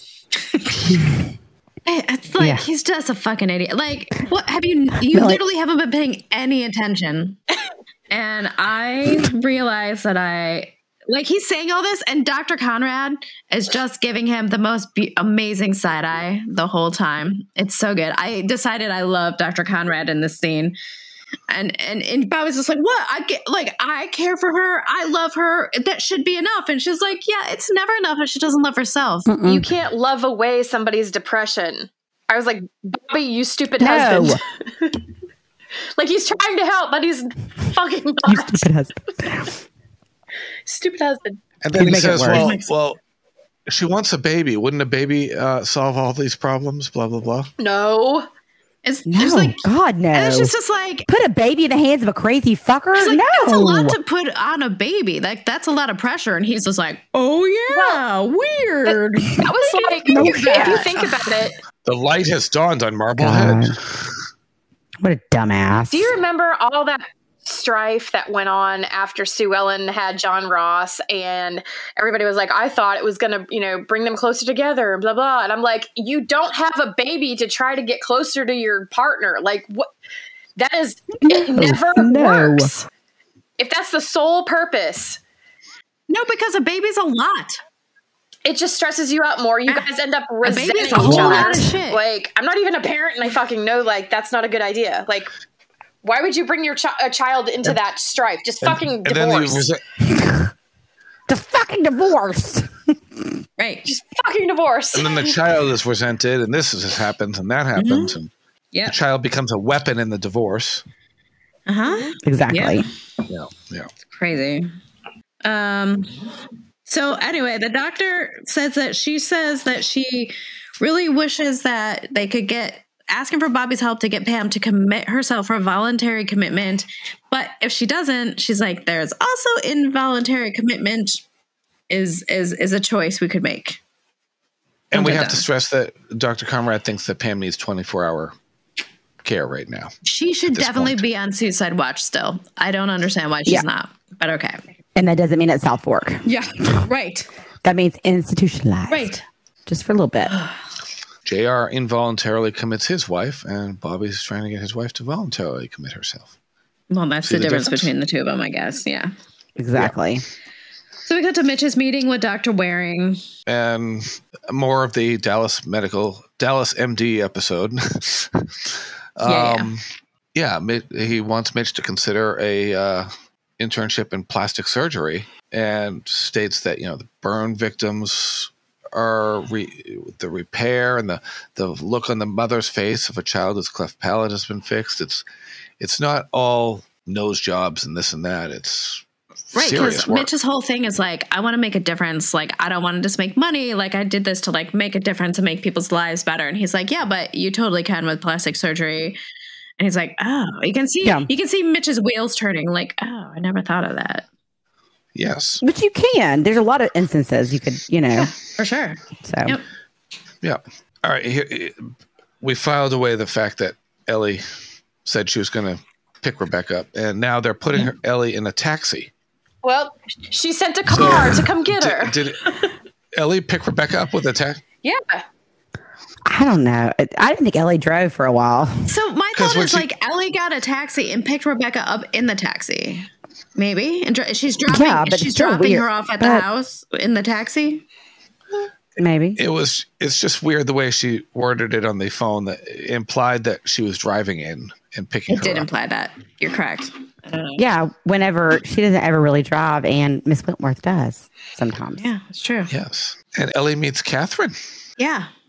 Speaker 4: it's like
Speaker 5: Yeah.
Speaker 4: he's just a fucking idiot. Like, what have
Speaker 5: (laughs)
Speaker 4: you? You
Speaker 5: No, like-
Speaker 4: literally haven't been paying any attention. and I realize that I like he's saying all this, and Dr. Conrad is just giving him the most be- amazing side eye the whole time. It's so good. I decided I love Dr. Conrad in this scene. And and and Bob was just like, "What? I get like I care for her. I love her. That should be enough." And she's like, "Yeah, it's never enough if she doesn't love herself."
Speaker 7: You can't love away somebody's depression. I was like, Bobby, you stupid
Speaker 5: No.
Speaker 7: husband. like he's trying to help, but he's fucking
Speaker 5: (laughs) You
Speaker 7: not.
Speaker 5: stupid husband.
Speaker 7: stupid husband.
Speaker 6: And then
Speaker 5: You
Speaker 6: he
Speaker 5: make it
Speaker 6: says,
Speaker 5: worse.
Speaker 6: "Well, well, she wants a baby. Wouldn't a baby uh, solve all these problems?" Blah blah blah.
Speaker 7: No.
Speaker 4: It's
Speaker 5: No,
Speaker 4: there's like,
Speaker 5: God, no.
Speaker 4: and then she's just like,
Speaker 5: Put a baby in the hands of a crazy fucker?
Speaker 4: she's like,
Speaker 5: no.
Speaker 4: that's a lot to put on a baby. Like that's a lot of pressure." And he's just like, "Oh yeah, weird."
Speaker 7: I was like,
Speaker 5: No
Speaker 7: if you- if you
Speaker 5: shit.
Speaker 7: think about it,
Speaker 6: The light has dawned on Marblehead.
Speaker 5: God. What a dumbass.
Speaker 7: do you remember all that strife that went on after Sue Ellen had John Ross and everybody was like, I thought it was gonna, you know, bring them closer together and blah blah. And I'm like, you don't have a baby to try to get closer to your partner. Like what that is it never
Speaker 5: no.
Speaker 7: works. If that's the sole purpose,
Speaker 4: no, because a baby's a lot.
Speaker 7: it just stresses you out more. You guys end up resenting
Speaker 4: baby's
Speaker 7: each
Speaker 4: a whole lot
Speaker 7: other.
Speaker 4: of shit.
Speaker 7: Like, I'm not even a parent, and I fucking know like that's not a good idea. Like, why would you bring your chi- a child into that strife? Just
Speaker 6: And
Speaker 7: fucking
Speaker 6: then you
Speaker 7: divorce.
Speaker 6: resent,
Speaker 5: The fucking divorce.
Speaker 4: Right.
Speaker 7: just fucking divorce.
Speaker 6: and then the child is resented, and this is, happens, and that happens, and
Speaker 4: Yeah.
Speaker 6: the child becomes a weapon in the divorce.
Speaker 4: Uh huh.
Speaker 5: Exactly.
Speaker 4: Yeah.
Speaker 6: Yeah, yeah.
Speaker 4: crazy. Um, so anyway, the doctor says that she says that she really wishes that they could get asking for Bobby's help to get Pam to commit herself for a voluntary commitment. But if she doesn't, she's like, there's also involuntary commitment is is is a choice we could make.
Speaker 6: And we
Speaker 4: Under
Speaker 6: have to
Speaker 4: them.
Speaker 6: stress that Dr. Conrad thinks that Pam needs 24 hour care right now.
Speaker 4: She should
Speaker 6: this
Speaker 4: definitely
Speaker 6: point.
Speaker 4: be on suicide watch still. I don't understand why she's
Speaker 5: Yeah.
Speaker 4: not, but okay.
Speaker 5: And that doesn't mean it's South Fork.
Speaker 4: Yeah, right,
Speaker 5: That means institutionalized.
Speaker 4: right.
Speaker 5: Just for a
Speaker 4: (sighs)
Speaker 5: little bit.
Speaker 6: JR involuntarily commits his wife, and Bobby's trying to get his wife to voluntarily commit herself.
Speaker 4: Well, that's
Speaker 6: See
Speaker 4: the,
Speaker 6: the
Speaker 4: difference,
Speaker 6: difference?
Speaker 4: between the two of them, I guess. Yeah.
Speaker 5: Exactly.
Speaker 4: So we got to Mitch's meeting with Dr. Waring.
Speaker 6: And more of the Dallas Medical, Dallas MD episode. (laughs)
Speaker 4: Yeah, yeah.
Speaker 6: um, yeah, Mi- he wants Mitch to consider a uh, internship in plastic surgery, and states that you know the burn victims are re- the repair and the the look on the mother's face of a child whose cleft palate has been fixed. It's it's not all nose jobs and this and that. It's
Speaker 4: Right.
Speaker 6: serious
Speaker 4: Because
Speaker 6: work.
Speaker 4: Mitch's whole thing is like, I want to make a difference. Like, I don't want to just make money. Like, I did this to like make a difference and make people's lives better. And he's like, Yeah, but you totally can with plastic surgery. And he's like, Oh, you can see,
Speaker 5: Yeah.
Speaker 4: you can see Mitch's wheels turning. Like, oh, I never thought of that.
Speaker 6: yes,
Speaker 5: But you can. There's a lot of instances you could, you know.
Speaker 4: For sure.
Speaker 5: So
Speaker 4: Yep.
Speaker 6: yeah. All right, here, we filed away the fact that Ellie said she was going to pick Rebecca up, and now they're putting her, Ellie in a taxi.
Speaker 7: Well, she sent a car to come get her.
Speaker 6: Did, did Ellie pick Rebecca up with a taxi?
Speaker 4: Oh,
Speaker 7: yeah.
Speaker 5: I don't know. I- I didn't think Ellie drove for a while.
Speaker 4: So my
Speaker 6: 'Cause
Speaker 4: thought
Speaker 6: when
Speaker 4: is
Speaker 6: she-
Speaker 4: like Ellie got a taxi and picked Rebecca up in the taxi, maybe, and dr- she's dropping
Speaker 5: Yeah, but it's
Speaker 4: she's
Speaker 5: still
Speaker 4: dropping
Speaker 5: weird.
Speaker 4: her off at the
Speaker 5: But-
Speaker 4: house in the taxi.
Speaker 5: Maybe.
Speaker 6: It was. It's just weird the way she worded it on the phone that implied that she was driving in and picking
Speaker 4: It
Speaker 6: her
Speaker 4: did
Speaker 6: up.
Speaker 4: imply that. You're correct.
Speaker 5: Yeah. Whenever she doesn't ever really drive and Miss Wentworth does sometimes.
Speaker 4: Yeah, it's true. Yeah,
Speaker 6: yes, and Ellie meets Catherine.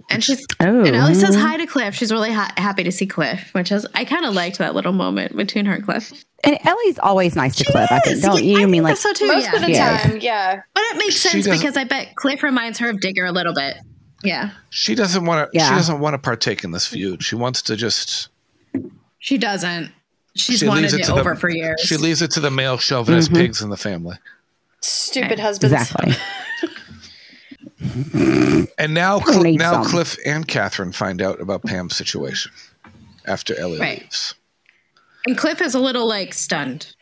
Speaker 4: and she's
Speaker 5: Oh.
Speaker 4: and Ellie says hi to Cliff. She's really ha- happy to see Cliff, which is I kind of liked that little moment between her and Cliff.
Speaker 5: And Ellie's always nice to Cliff, I think.
Speaker 4: Yes,
Speaker 5: Don't
Speaker 4: yeah,
Speaker 5: you?
Speaker 4: I
Speaker 5: I mean,
Speaker 4: think
Speaker 5: like,
Speaker 4: that's so too.
Speaker 7: Most
Speaker 4: Yeah,
Speaker 7: of the
Speaker 5: Yes.
Speaker 7: time, yeah.
Speaker 4: but it makes
Speaker 6: She
Speaker 4: sense
Speaker 6: doesn't-
Speaker 4: because I bet Cliff reminds her of Digger a little bit. Yeah,
Speaker 6: She doesn't want to.
Speaker 5: Yeah.
Speaker 6: She doesn't want to partake in this feud. She wants to just.
Speaker 4: she doesn't. She's
Speaker 6: she
Speaker 4: wanted it,
Speaker 6: to
Speaker 4: over
Speaker 6: the,
Speaker 4: for years. Mm-hmm.
Speaker 6: She leaves it to the male chauvinist pigs in the family.
Speaker 7: Stupid
Speaker 4: (laughs)
Speaker 7: husbands.
Speaker 5: exactly.
Speaker 6: And now, Cl-
Speaker 5: need
Speaker 6: now
Speaker 5: some.
Speaker 6: Cliff and Catherine find out about Pam's situation after Ellie
Speaker 4: Right.
Speaker 6: leaves.
Speaker 4: and Cliff is a little like stunned.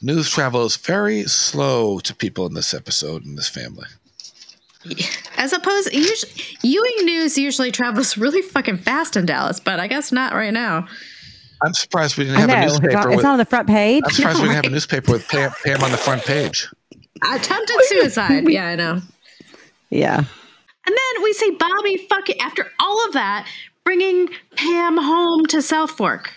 Speaker 6: News travels very slow to people in this episode in this family.
Speaker 4: As opposed, usually, Ewing News usually travels (laughs) really fucking fast in Dallas, but I guess not right now.
Speaker 6: I'm surprised we didn't
Speaker 5: I
Speaker 6: have
Speaker 5: know.
Speaker 6: a
Speaker 5: It's not,
Speaker 6: newspaper.
Speaker 5: it's
Speaker 6: With,
Speaker 5: not on the
Speaker 4: (laughs)
Speaker 5: front page.
Speaker 6: I'm surprised we didn't have
Speaker 5: (laughs)
Speaker 6: a newspaper with Pam, Pam on the front page.
Speaker 4: Attempted suicide. Yeah, I know.
Speaker 5: Yeah.
Speaker 4: And then we see Bobby fucking after all of that, bringing Pam home to South Fork.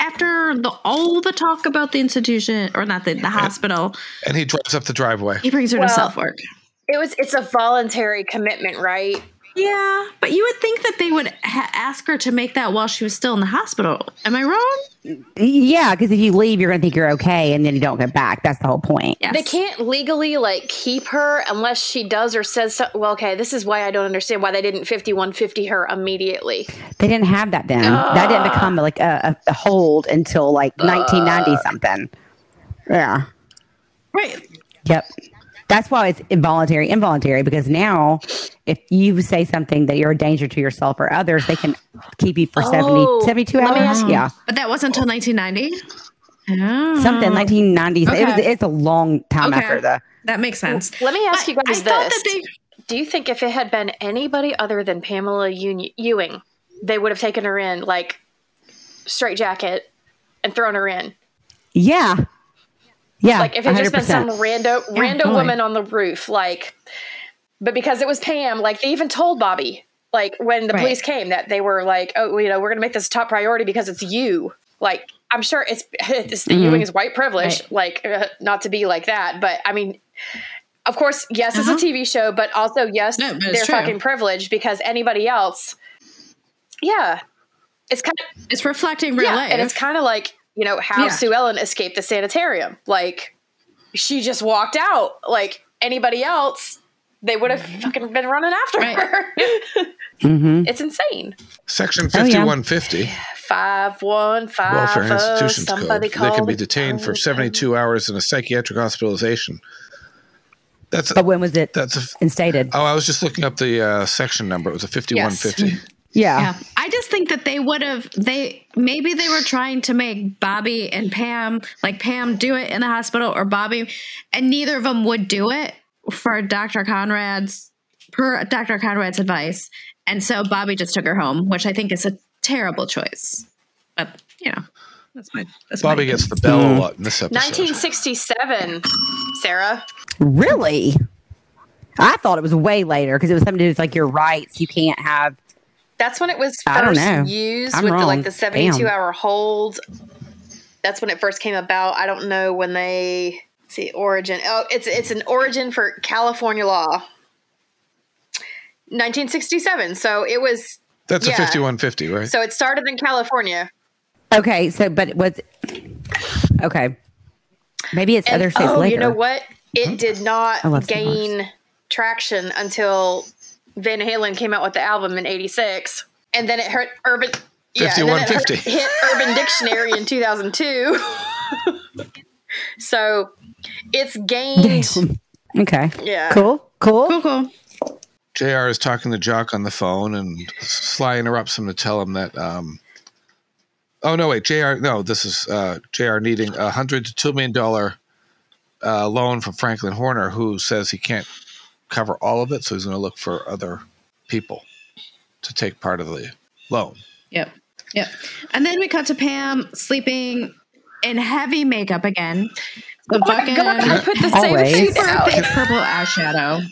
Speaker 4: After the all the talk about the institution or not the, the hospital,
Speaker 6: And he drives up the driveway.
Speaker 4: he brings her
Speaker 7: Well-
Speaker 4: to South Fork.
Speaker 7: It was it's a voluntary commitment, right?
Speaker 4: Yeah, but you would think that they would ha- ask her to make that while she was still in the hospital. Am I wrong?
Speaker 5: Yeah. Because if you leave, you're going to think you're okay and then you don't go back. That's the whole point.
Speaker 4: Yes.
Speaker 7: They can't legally like keep her unless she does or says so- well okay, this is why I don't understand why they didn't 5150 her immediately.
Speaker 5: They didn't have that then. that didn't become like a, a, a hold until like 1990 something. Yeah.
Speaker 4: Right.
Speaker 5: Yep. That's why it's involuntary, involuntary, because now if you say something that you're a danger to yourself or others, they can keep you for
Speaker 7: Oh,
Speaker 5: 70, 72
Speaker 7: let me
Speaker 5: hours.
Speaker 7: ask-
Speaker 5: Yeah.
Speaker 4: But that wasn't until 1990. Oh.
Speaker 5: Something
Speaker 7: Hmm.
Speaker 5: 1990s. It was,
Speaker 4: Okay.
Speaker 5: it's a long time
Speaker 4: Okay.
Speaker 5: after the.
Speaker 4: That makes sense.
Speaker 7: Let me ask
Speaker 4: But
Speaker 7: you guys
Speaker 4: I thought
Speaker 7: this.
Speaker 4: that they
Speaker 7: Do you think if it had been anybody other than Pamela Uni- Ewing, they would have taken her in like straight jacket and thrown her in?
Speaker 5: Yeah. Yeah.
Speaker 7: Like if it had just been some
Speaker 5: 100%.
Speaker 7: rando rando
Speaker 4: totally.
Speaker 7: woman on the roof, like but because it was Pam, like they even told Bobby, like when the
Speaker 4: Right.
Speaker 7: police came that they were like, Oh, you know, we're gonna make this a top priority because it's you. Like I'm sure it's (laughs) it's
Speaker 4: Mm-hmm.
Speaker 7: the Ewing is white privilege, like uh, not to be like that, but I mean of course, yes, it's a TV show, but also yes,
Speaker 4: Uh-huh. No, but it's
Speaker 7: they're
Speaker 4: true.
Speaker 7: fucking privileged because anybody else Yeah. It's kind of
Speaker 4: it's reflecting real
Speaker 7: yeah,
Speaker 4: life.
Speaker 7: and it's kind of like you know how
Speaker 4: Yeah.
Speaker 7: Sue Ellen escaped the sanitarium. Like she just walked out. Like anybody else, they would have fucking been running after
Speaker 4: Right.
Speaker 7: her. (laughs)
Speaker 6: Mm-hmm.
Speaker 7: It's insane.
Speaker 6: Section
Speaker 5: Oh, yeah.
Speaker 6: 5150,
Speaker 7: Five one five.
Speaker 6: Welfare
Speaker 7: oh,
Speaker 6: Institutions Code.
Speaker 7: somebody
Speaker 6: They can
Speaker 7: called um,
Speaker 6: be
Speaker 7: the
Speaker 6: detained for
Speaker 7: police.
Speaker 6: 72 hours in a psychiatric hospitalization. That's
Speaker 5: But when was it
Speaker 6: that's a. f-
Speaker 5: instated?
Speaker 6: Oh, I was just looking up the uh, section number. It was a fifty-one fifty.
Speaker 5: yeah.
Speaker 4: Yeah. I just think that they would have they maybe they were trying to make Bobby and Pam like Pam do it in the hospital or Bobby and neither of them would do it for Dr. Conrad's per Dr. Conrad's advice. And so Bobby just took her home, which I think is a terrible choice. But you know, that's my that's my
Speaker 6: Bobby gets the bell a lot in this episode.
Speaker 7: 1967, Sarah.
Speaker 5: Really? I thought it was way later because it was something to do with like your rights. You can't have.
Speaker 7: That's when it was
Speaker 5: I don't
Speaker 7: first
Speaker 5: know.
Speaker 7: used
Speaker 5: I'm
Speaker 7: with the,
Speaker 5: wrong.
Speaker 7: like the 72
Speaker 5: Damn.
Speaker 7: hour hold. That's when it first came about. I don't know when they let's see origin. Oh, it's it's an origin for California law. 1967. So it was
Speaker 6: That's a
Speaker 7: yeah.
Speaker 6: fifty-one fifty, right?
Speaker 7: so it started in California.
Speaker 5: Okay, so but it was okay. Maybe it's
Speaker 7: And-
Speaker 5: other states
Speaker 7: oh,
Speaker 5: later.
Speaker 7: you know what? It did
Speaker 5: I love
Speaker 7: not
Speaker 5: Steve
Speaker 7: gain traction until Van Halen came out with the album in '86, and then it hurt Urban. Yeah, and then it hurt-
Speaker 6: 5150.
Speaker 7: (laughs) hit Urban Dictionary in 2002. (laughs) so it's gained.
Speaker 5: Okay.
Speaker 7: Yeah.
Speaker 5: Cool. Cool.
Speaker 4: cool cool.
Speaker 6: Jr. is talking to Jock on the phone, and Sly interrupts him to tell him that. Um, oh no, wait, Jr. No, this is uh, Jr. needing a hundred to two million dollar uh, loan from Franklin Horner, who says he can't cover all of it, so he's going to look for other people to take part of the loan.
Speaker 4: Yep. Yep. And then we cut to Pam sleeping in heavy makeup again. The fucking
Speaker 7: Oh God, I put the
Speaker 5: Always.
Speaker 7: same
Speaker 4: super
Speaker 7: sheet out.
Speaker 4: thick purple eyeshadow.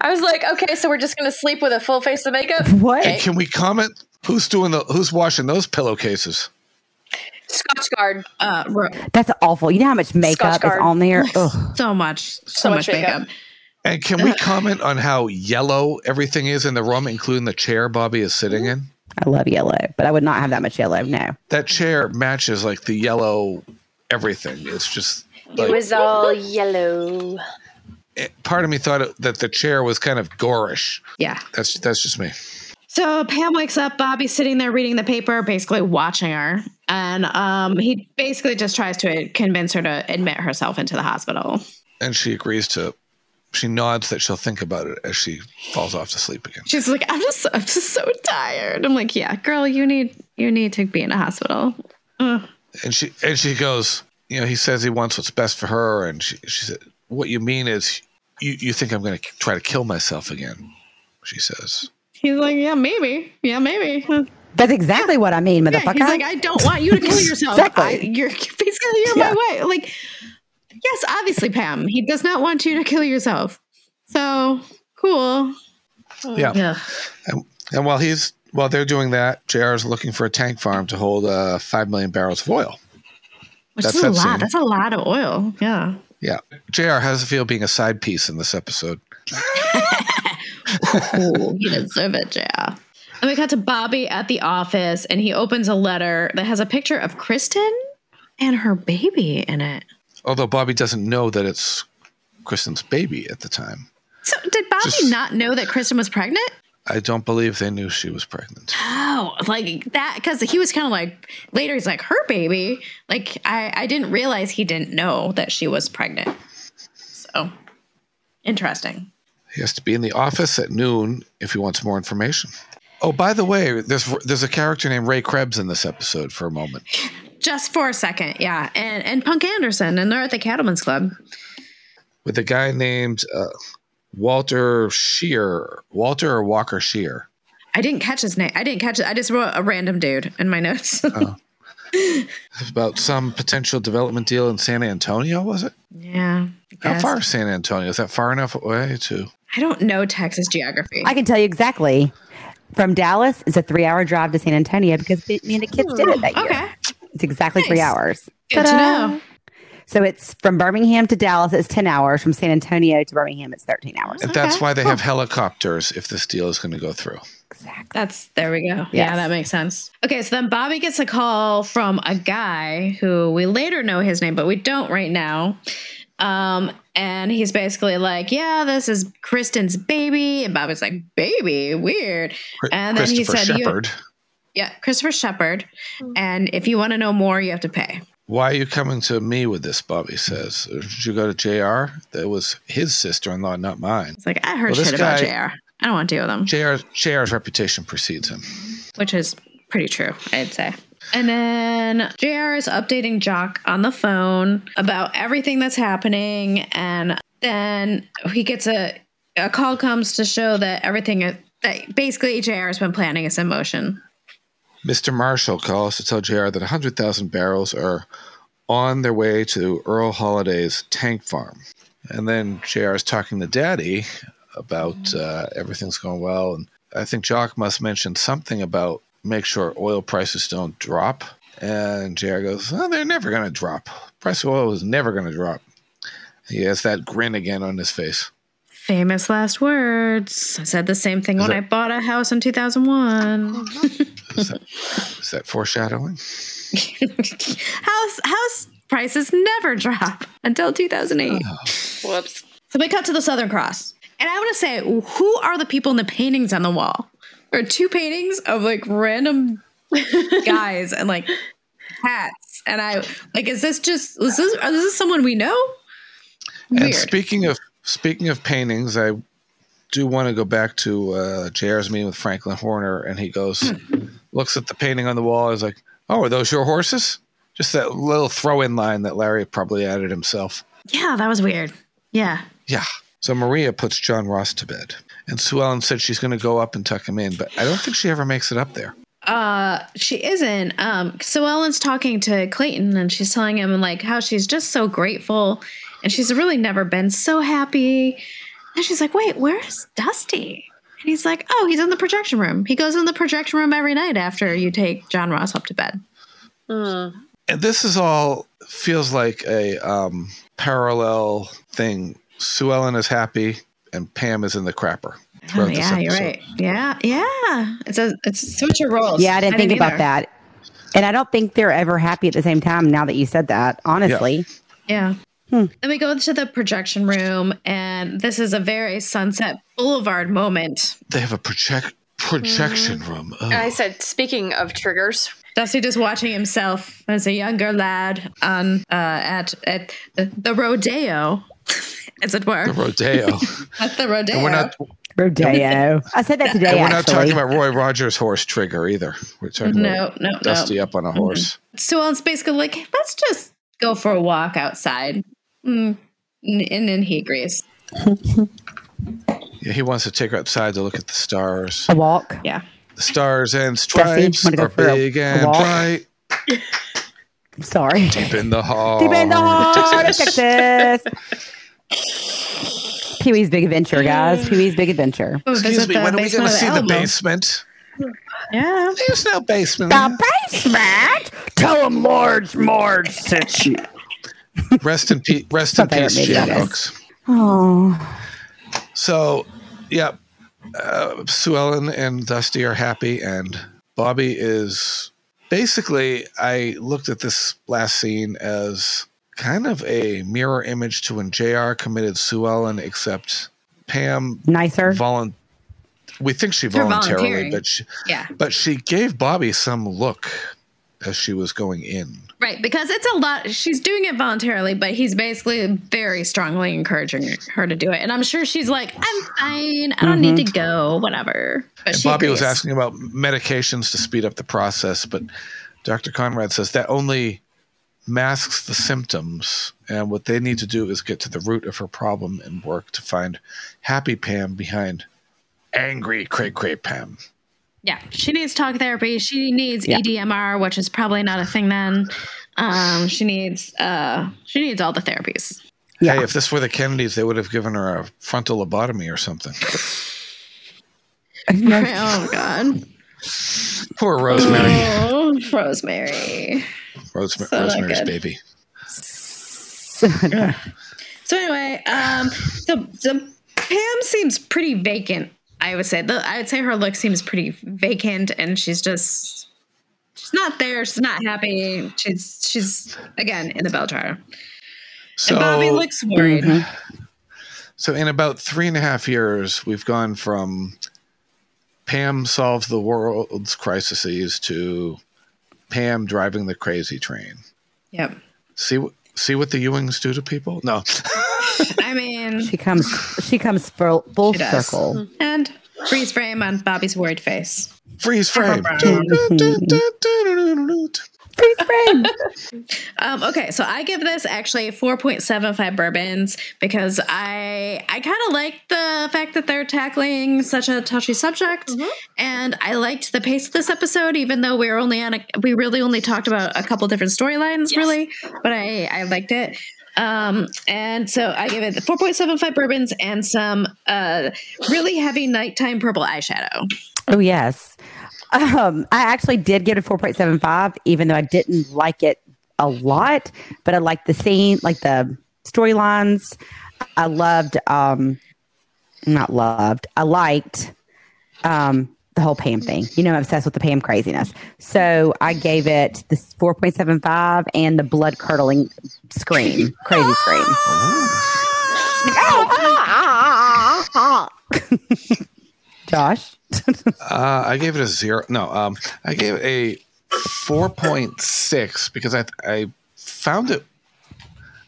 Speaker 7: I was like, okay, so we're just gonna sleep with a full face of makeup.
Speaker 5: What?
Speaker 6: And can we comment who's doing the who's washing those pillowcases?
Speaker 7: Scotch guard.
Speaker 4: Uh, ro-
Speaker 5: That's awful. You know how much
Speaker 7: Scotch
Speaker 5: makeup is
Speaker 7: guard.
Speaker 5: on there. Ugh.
Speaker 4: so much, so, much
Speaker 7: much
Speaker 4: makeup.
Speaker 7: makeup.
Speaker 6: And can we comment on how yellow everything is in the room, including the chair Bobby is sitting in?
Speaker 5: I love yellow, but I would not have that much yellow. No.
Speaker 6: that chair matches like the yellow everything. It's just like,
Speaker 7: It was all yellow.
Speaker 6: it- eh, part of me thought it, that the chair was kind of gorish.
Speaker 4: Yeah.
Speaker 6: That's that's just me.
Speaker 4: So Pam wakes up. Bobby's sitting there reading the paper, basically watching her, and um, he basically just tries to convince her to admit herself into the hospital.
Speaker 6: And she agrees to. She nods that she'll think about it as she falls off to sleep again.
Speaker 4: She's like, "I'm just, I'm just so tired." I'm like, "Yeah, girl, you need, you need to be in a hospital." Ugh.
Speaker 6: And she and she goes. You know, he says he wants what's best for her, and she she said, "What you mean is, you you think I'm going to try to kill myself again?" She says.
Speaker 4: He's like, "Yeah, maybe. Yeah, maybe."
Speaker 5: That's exactly what I mean,
Speaker 4: Yeah,
Speaker 5: motherfucker.
Speaker 4: he's like, I don't want you to
Speaker 6: (laughs)
Speaker 4: kill yourself.
Speaker 5: Exactly.
Speaker 4: I, you're basically you're
Speaker 5: Yeah.
Speaker 4: my way. Like, yes, obviously, Pam. He does not want you to kill yourself. So cool.
Speaker 6: Yeah.
Speaker 4: Yeah.
Speaker 6: And, and while he's while they're doing that, JR is looking for a tank farm to hold uh, five million barrels of oil.
Speaker 4: Which
Speaker 6: That's
Speaker 4: is a
Speaker 6: that
Speaker 4: lot.
Speaker 6: scene.
Speaker 4: That's a lot of oil. Yeah.
Speaker 6: Yeah. JR, how does it feel being a side piece in this episode?
Speaker 4: Cool. you deserve it, yeah. And we cut to Bobby at the office, and he opens a letter that has a picture of Kristen and her baby in it.
Speaker 6: Although Bobby doesn't know that it's Kristen's baby at the time.
Speaker 4: So did Bobby
Speaker 6: Just-
Speaker 4: not know that Kristen was pregnant?
Speaker 6: I don't believe they knew she was pregnant.
Speaker 4: Oh, like that because he was kind of like later he's like her baby. Like I, I didn't realize he didn't know that she was pregnant. So interesting.
Speaker 6: He has to be in the office at noon if he wants more information. Oh, by the way, there's there's a character named Ray Krebs in this episode for a moment.
Speaker 4: Just for a second, yeah. And and Punk Anderson and they're at the Cattlemen's Club.
Speaker 6: With a guy named uh, Walter Shear. Walter or Walker Shear.
Speaker 4: I didn't catch his name. I didn't catch it. I just wrote a random dude in my notes. (laughs)
Speaker 6: It's about some potential development deal in San Antonio, was it?
Speaker 4: yeah. I
Speaker 6: How
Speaker 4: guess.
Speaker 6: far is San Antonio? Is that far enough away to
Speaker 4: I don't know Texas geography.
Speaker 5: I can tell you exactly. From Dallas, it's a three-hour drive to San Antonio because me and the kids did it that year.
Speaker 4: okay.
Speaker 5: It's exactly three
Speaker 4: Nice.
Speaker 5: hours.
Speaker 4: Good to
Speaker 5: Ta-da.
Speaker 4: know.
Speaker 5: So it's from Birmingham to Dallas, it's 10 hours. From San Antonio to Birmingham, it's 13 hours.
Speaker 6: And that's why they have helicopters if this deal is going to go through.
Speaker 5: Exactly.
Speaker 4: That's there we go. Yeah,
Speaker 5: Yes.
Speaker 4: that makes sense. Okay, so then Bobby gets a call from a guy who we later know his name, but we don't right now. Um, and he's basically like, "Yeah, this is Kristen's baby," and Bobby's like, "Baby, weird."
Speaker 6: Cri-
Speaker 4: And then he
Speaker 6: Christopher
Speaker 4: said, "You-
Speaker 6: Shepherd.
Speaker 4: Hmm. Yeah, Christopher Shepard. And if you want to know more, you have to pay.
Speaker 6: Why are you coming to me with this? Bobby says. Did you go to JR? That was his sister in law, not mine.
Speaker 4: It's like I heard
Speaker 6: Well, this
Speaker 4: shit about
Speaker 6: guy-
Speaker 4: JR. I don't want to deal with him,
Speaker 6: JR, JR's reputation precedes him.
Speaker 4: which is pretty true, I'd say. And then JR is updating Jock on the phone about everything that's happening, and then he gets a a call comes to show that everything is- that basically JR has been planning is in motion.
Speaker 6: Mr. Marshall calls to tell JR that 100,000 barrels are on their way to Earl Holliday's tank farm. And then JR is talking to Daddy about uh, everything's going well. And I think Jock must mention something about make sure oil prices don't drop. And JR goes, oh, they're never going to drop. Price of oil is never going to drop. He has that grin again on his face.
Speaker 4: Famous last words. I said the same thing when
Speaker 6: that-
Speaker 4: I bought a house in 2001.
Speaker 6: Is that, is that foreshadowing?
Speaker 4: (laughs) house house prices never drop until 2008.
Speaker 7: Whoops.
Speaker 4: So we cut to the Southern Cross. And I want to say, who are the people in the paintings on the wall? There are two paintings of like (laughs) random guys and like hats. And I like, is this just is this is this someone we know?
Speaker 6: And
Speaker 4: Weird.
Speaker 6: speaking of speaking of paintings, I do want to go back to uh, JR's meeting with Franklin Horner, and he goes,
Speaker 4: Hmm.
Speaker 6: looks at the painting on the wall. Is like, "Oh, are those your horses?" Just that little throw-in line that Larry probably added himself.
Speaker 4: yeah, that was weird. Yeah.
Speaker 6: Yeah. So Maria puts John Ross to bed, and Sue Ellen said she's going to go up and tuck him in, but I don't think she ever makes it up there.
Speaker 4: Uh, she isn't. Um, so Ellen's talking to Clayton and she's telling him like how she's just so grateful and she's really never been so happy. And she's like, wait, where's Dusty? And he's like, oh, he's in the projection room. He goes in the projection room every night after you take John Ross up to bed.
Speaker 6: And this is all feels like a um, parallel thing. Sue Ellen is happy, and Pam is in the crapper.
Speaker 4: Oh,
Speaker 6: throughout this
Speaker 4: yeah, you're
Speaker 6: episode.
Speaker 4: right. Yeah, yeah. It's a it's switch your roles.
Speaker 5: Yeah, I didn't think about
Speaker 4: either.
Speaker 5: that. And I don't think they're ever happy at the same time now that you said that, honestly.
Speaker 4: Yeah.
Speaker 5: Hmm.
Speaker 4: Then we go to the projection room, and this is a very Sunset Boulevard moment.
Speaker 6: They have a project projection room. Oh.
Speaker 7: I said, speaking of triggers,
Speaker 4: Dusty just watching himself as a younger lad on uh, at at the, the rodeo, (laughs) as it were,
Speaker 6: the rodeo.
Speaker 4: at the rodeo.
Speaker 6: and we're not (laughs)
Speaker 5: Rodeo. I said that today.
Speaker 6: and we're not
Speaker 5: actually.
Speaker 6: talking about Roy Rogers' horse trigger either. We're talking
Speaker 4: No,
Speaker 6: about
Speaker 4: no, no.
Speaker 6: Dusty up on a horse.
Speaker 4: so Ellen's basically like, let's just go for a walk outside, mm. and, and then he agrees.
Speaker 6: Yeah, he wants to take her outside to look at the stars.
Speaker 5: a walk.
Speaker 4: Yeah,
Speaker 6: The stars and
Speaker 5: Oh. wanna
Speaker 6: stripes
Speaker 5: go
Speaker 6: are
Speaker 5: for a-
Speaker 6: big
Speaker 5: a
Speaker 6: and
Speaker 5: walk?
Speaker 6: bright.
Speaker 5: Sorry.
Speaker 6: Deep in the heart.
Speaker 5: Deep in the
Speaker 6: of
Speaker 5: heart of
Speaker 6: Texas.
Speaker 5: Texas. Pee Wee's Big Adventure, guys. Pee Wee's Big Adventure.
Speaker 6: Excuse me, when are we going to see the
Speaker 4: base?
Speaker 6: basement?
Speaker 4: Yeah,
Speaker 6: There's no basement.
Speaker 5: basement. Tell him Lord's Marge sent you.
Speaker 6: Rest in peace. Rest in
Speaker 5: Thought they were
Speaker 6: peace,
Speaker 5: made
Speaker 6: Jim
Speaker 5: that is.
Speaker 6: Oaks.
Speaker 5: Oh,
Speaker 6: So, yeah, uh, Sue Ellen and Dusty are happy, and Bobby is basically. I looked at this last scene as kind of a mirror image to when Jr. committed Sue Ellen, except Pam
Speaker 5: nicer.
Speaker 6: volun. We think she
Speaker 4: They're
Speaker 6: voluntarily,
Speaker 4: volunteering.
Speaker 6: but she,
Speaker 4: yeah,
Speaker 6: but she gave Bobby some look as she was going in.
Speaker 4: right. Because it's a lot. She's doing it voluntarily, but he's basically very strongly encouraging her to do it. And I'm sure she's like, I'm fine. I don't need to go. Whatever. But
Speaker 6: Mm-hmm. And
Speaker 4: she
Speaker 6: Bobby was
Speaker 4: agrees.
Speaker 6: asking about medications to speed up the process, but Dr. Conrad says that only masks the symptoms, and what they need to do is get to the root of her problem and work to find happy Pam behind angry cray cray Pam.
Speaker 4: Yeah, she needs talk therapy. She needs E EDMR, which is probably not a thing then. Um, she needs uh, she needs all the (laughs) therapies.
Speaker 5: Yeah.
Speaker 6: Hey, if this were the Kennedys, they would have given her a frontal lobotomy or something.
Speaker 4: Oh God,
Speaker 6: Poor Rosemary.
Speaker 4: oh (laughs) Rosemary.
Speaker 6: Rosem-
Speaker 4: not
Speaker 6: Rosemary's
Speaker 4: good.
Speaker 6: baby.
Speaker 4: So anyway, um, the the Pam seems pretty vacant. I would say the I would say her look seems pretty vacant, and she's just she's not there. She's not happy. She's she's again in the bell jar.
Speaker 6: So,
Speaker 4: And
Speaker 6: Oh.
Speaker 4: Bobby looks worried.
Speaker 6: So in about three and a half years, we've gone from Pam solves the world's crises to Pam driving the crazy train.
Speaker 4: Yep.
Speaker 6: See what see what the Ewings do to people. No, (laughs)
Speaker 4: I mean,
Speaker 5: (laughs) She comes she comes full, full
Speaker 4: She does. Mm-hmm.
Speaker 5: circle.
Speaker 4: and freeze frame on Bobby's worried face.
Speaker 6: freeze frame.
Speaker 5: Freeze frame.
Speaker 4: Um, okay, so I give this actually 4.75 bourbons because I I kind of like the fact that they're tackling such a touchy subject, and I liked the pace of this episode. Even though we were only on a, we really only talked about a couple different storylines, really, but I I liked it. Um, and so I give it 4.75 bourbons and some uh really heavy nighttime purple eyeshadow.
Speaker 5: Oh yes. Um, I actually did give it a four point seven five, even though I didn't like it a lot, but I liked the scene, like the storylines. I loved um not loved. I liked um the whole Pam thing. You know, I'm obsessed with the Pam craziness. So I gave it this 4.75 and the blood curdling scream, crazy scream. (laughs) Josh,
Speaker 6: Uh, I gave it a zero. No, um, I gave it a four point six because I I found it.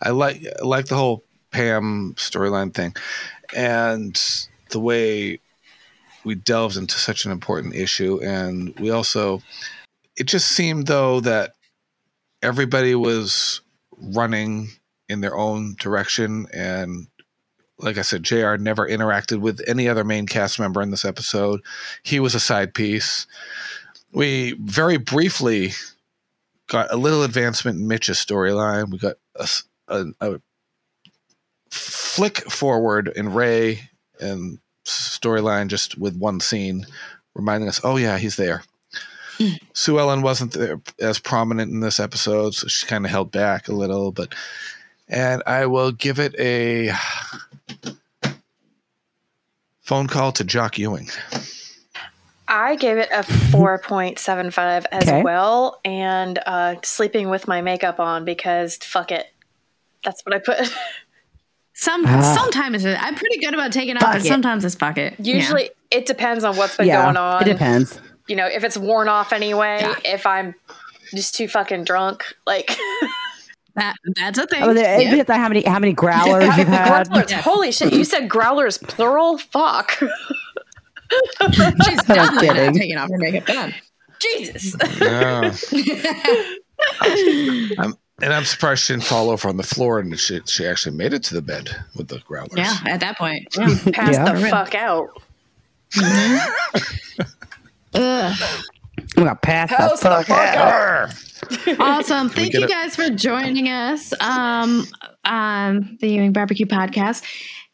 Speaker 6: I like like the whole Pam storyline thing, and the way we delved into such an important issue, and we also it just seemed though that everybody was running in their own direction and. Like I said, JR never interacted with any other main cast member in this episode he was a side piece. We very briefly got a little advancement in Mitch's storyline. We got a, s- a- a flick forward in Ray and storyline just with one scene, reminding us, oh yeah, he's there. Sue Ellen wasn't there as prominent in this episode, so she kind of held back a little. But and I will give it a phone call to Jock Ewing.
Speaker 7: I gave it a 4.75 as
Speaker 5: Okay.
Speaker 7: well, and uh, sleeping with my makeup on because fuck it. That's what I put. (laughs)
Speaker 4: Some sometimes it, I'm pretty good about taking off, but
Speaker 5: Ah. Fuck it.
Speaker 4: sometimes it's pocket.
Speaker 7: Usually it depends on what's been
Speaker 5: (laughs) yeah,
Speaker 7: going on.
Speaker 5: it depends.
Speaker 7: You know, if it's worn off anyway, if I'm just too fucking drunk, like (laughs)
Speaker 4: that that's a thing.
Speaker 5: Oh, the,
Speaker 4: Yeah.
Speaker 5: it depends on how many how many growlers you've had. (laughs)
Speaker 7: Growlers, holy shit, you said growlers plural? Fuck. (laughs)
Speaker 4: She's definitely (laughs)
Speaker 5: kidding.
Speaker 4: not taking off her makeup. Come on.
Speaker 7: Jesus.
Speaker 4: (laughs)
Speaker 6: No. I'm, and I'm surprised she didn't fall over on the floor and she, she actually made it to the bed with the growlers.
Speaker 4: Yeah, at that point.
Speaker 7: Pass
Speaker 5: Yeah.
Speaker 7: the fuck out.
Speaker 5: I'm gonna pass the fuck out.
Speaker 4: Awesome. Thank
Speaker 6: get
Speaker 4: you
Speaker 6: it?
Speaker 4: guys for joining us um, on the Ewing Barbecue Podcast.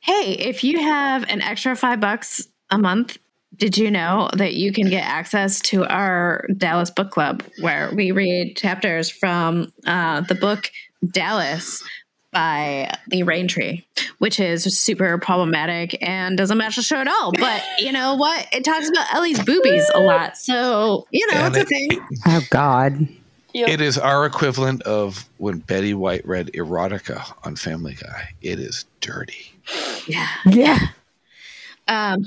Speaker 4: Hey, if you have an extra five bucks a month, did you know that you can get access to our Dallas Book Club where we read chapters from uh, the book Dallas by Lee Raintree, which is super problematic and doesn't match the show at all. But you know what? It talks about Ellie's boobies a lot. So, you know,
Speaker 6: And
Speaker 4: it's a
Speaker 6: it-
Speaker 4: thing.
Speaker 5: Oh God.
Speaker 6: It is our equivalent of when Betty White read erotica on Family Guy. It is dirty.
Speaker 5: Yeah.
Speaker 4: Um,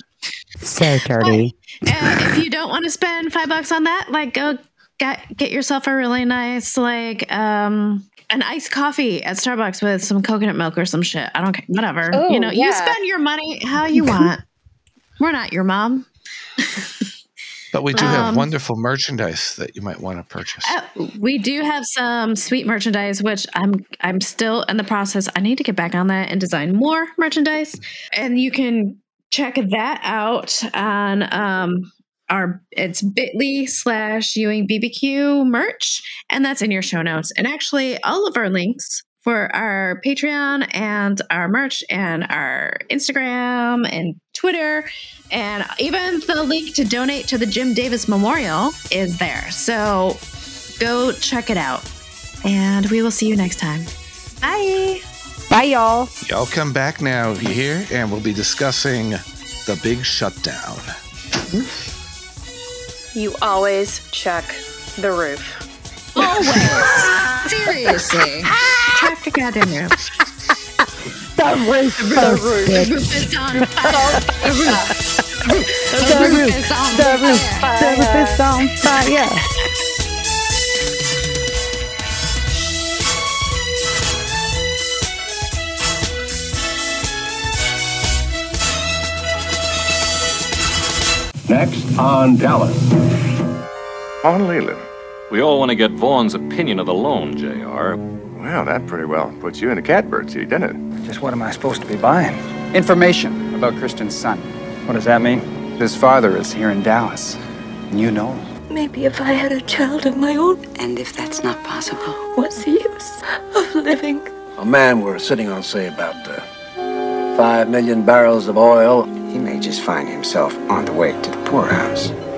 Speaker 5: So dirty.
Speaker 4: And if you don't want to spend five bucks on that, like go get get yourself a really nice like um an iced coffee at Starbucks with some coconut milk or some shit. I don't care. Whatever.
Speaker 7: Oh,
Speaker 4: you know, you
Speaker 7: yeah.
Speaker 4: spend your money how you want. We're not your mom.
Speaker 6: But we do have
Speaker 4: Um,
Speaker 6: wonderful merchandise that you might want to purchase.
Speaker 4: Oh, we do have some sweet merchandise, which I'm I'm still in the process. I need to get back on that and design more merchandise. And you can check that out on um our it's bit.ly slash Ewing BBQ merch. And that's in your show notes. And actually all of our links for our Patreon and our merch and our Instagram and Twitter and even the link to donate to the Jim Davis Memorial is there. So go check it out. And we will see you next time. Bye.
Speaker 5: Bye y'all.
Speaker 6: Y'all come back now, you hear? And we'll be discussing the big shutdown.
Speaker 7: You always check the roof.
Speaker 4: Always. Seriously. Check the goddamn room.
Speaker 5: The roof. The roof.
Speaker 4: The roof is on fire. The roof.
Speaker 5: The roof.
Speaker 4: is on
Speaker 5: The roof.
Speaker 4: fire.
Speaker 5: The roof is on fire.
Speaker 12: Next on Dallas.
Speaker 13: On Leland. We all want to get Vaughn's opinion of the loan, JR. Well, that pretty well puts you in the catbird seat, doesn't it?
Speaker 10: Just what am I supposed to be buying? Information about Christian's son. What does that mean? His father is here in Dallas. And you know him.
Speaker 5: Maybe if I had a child of my own,
Speaker 14: And if that's not possible,
Speaker 5: what's the use of living?
Speaker 15: A man we're sitting on, say, about uh, five million barrels of oil. He may just find himself on the way to the poorhouse.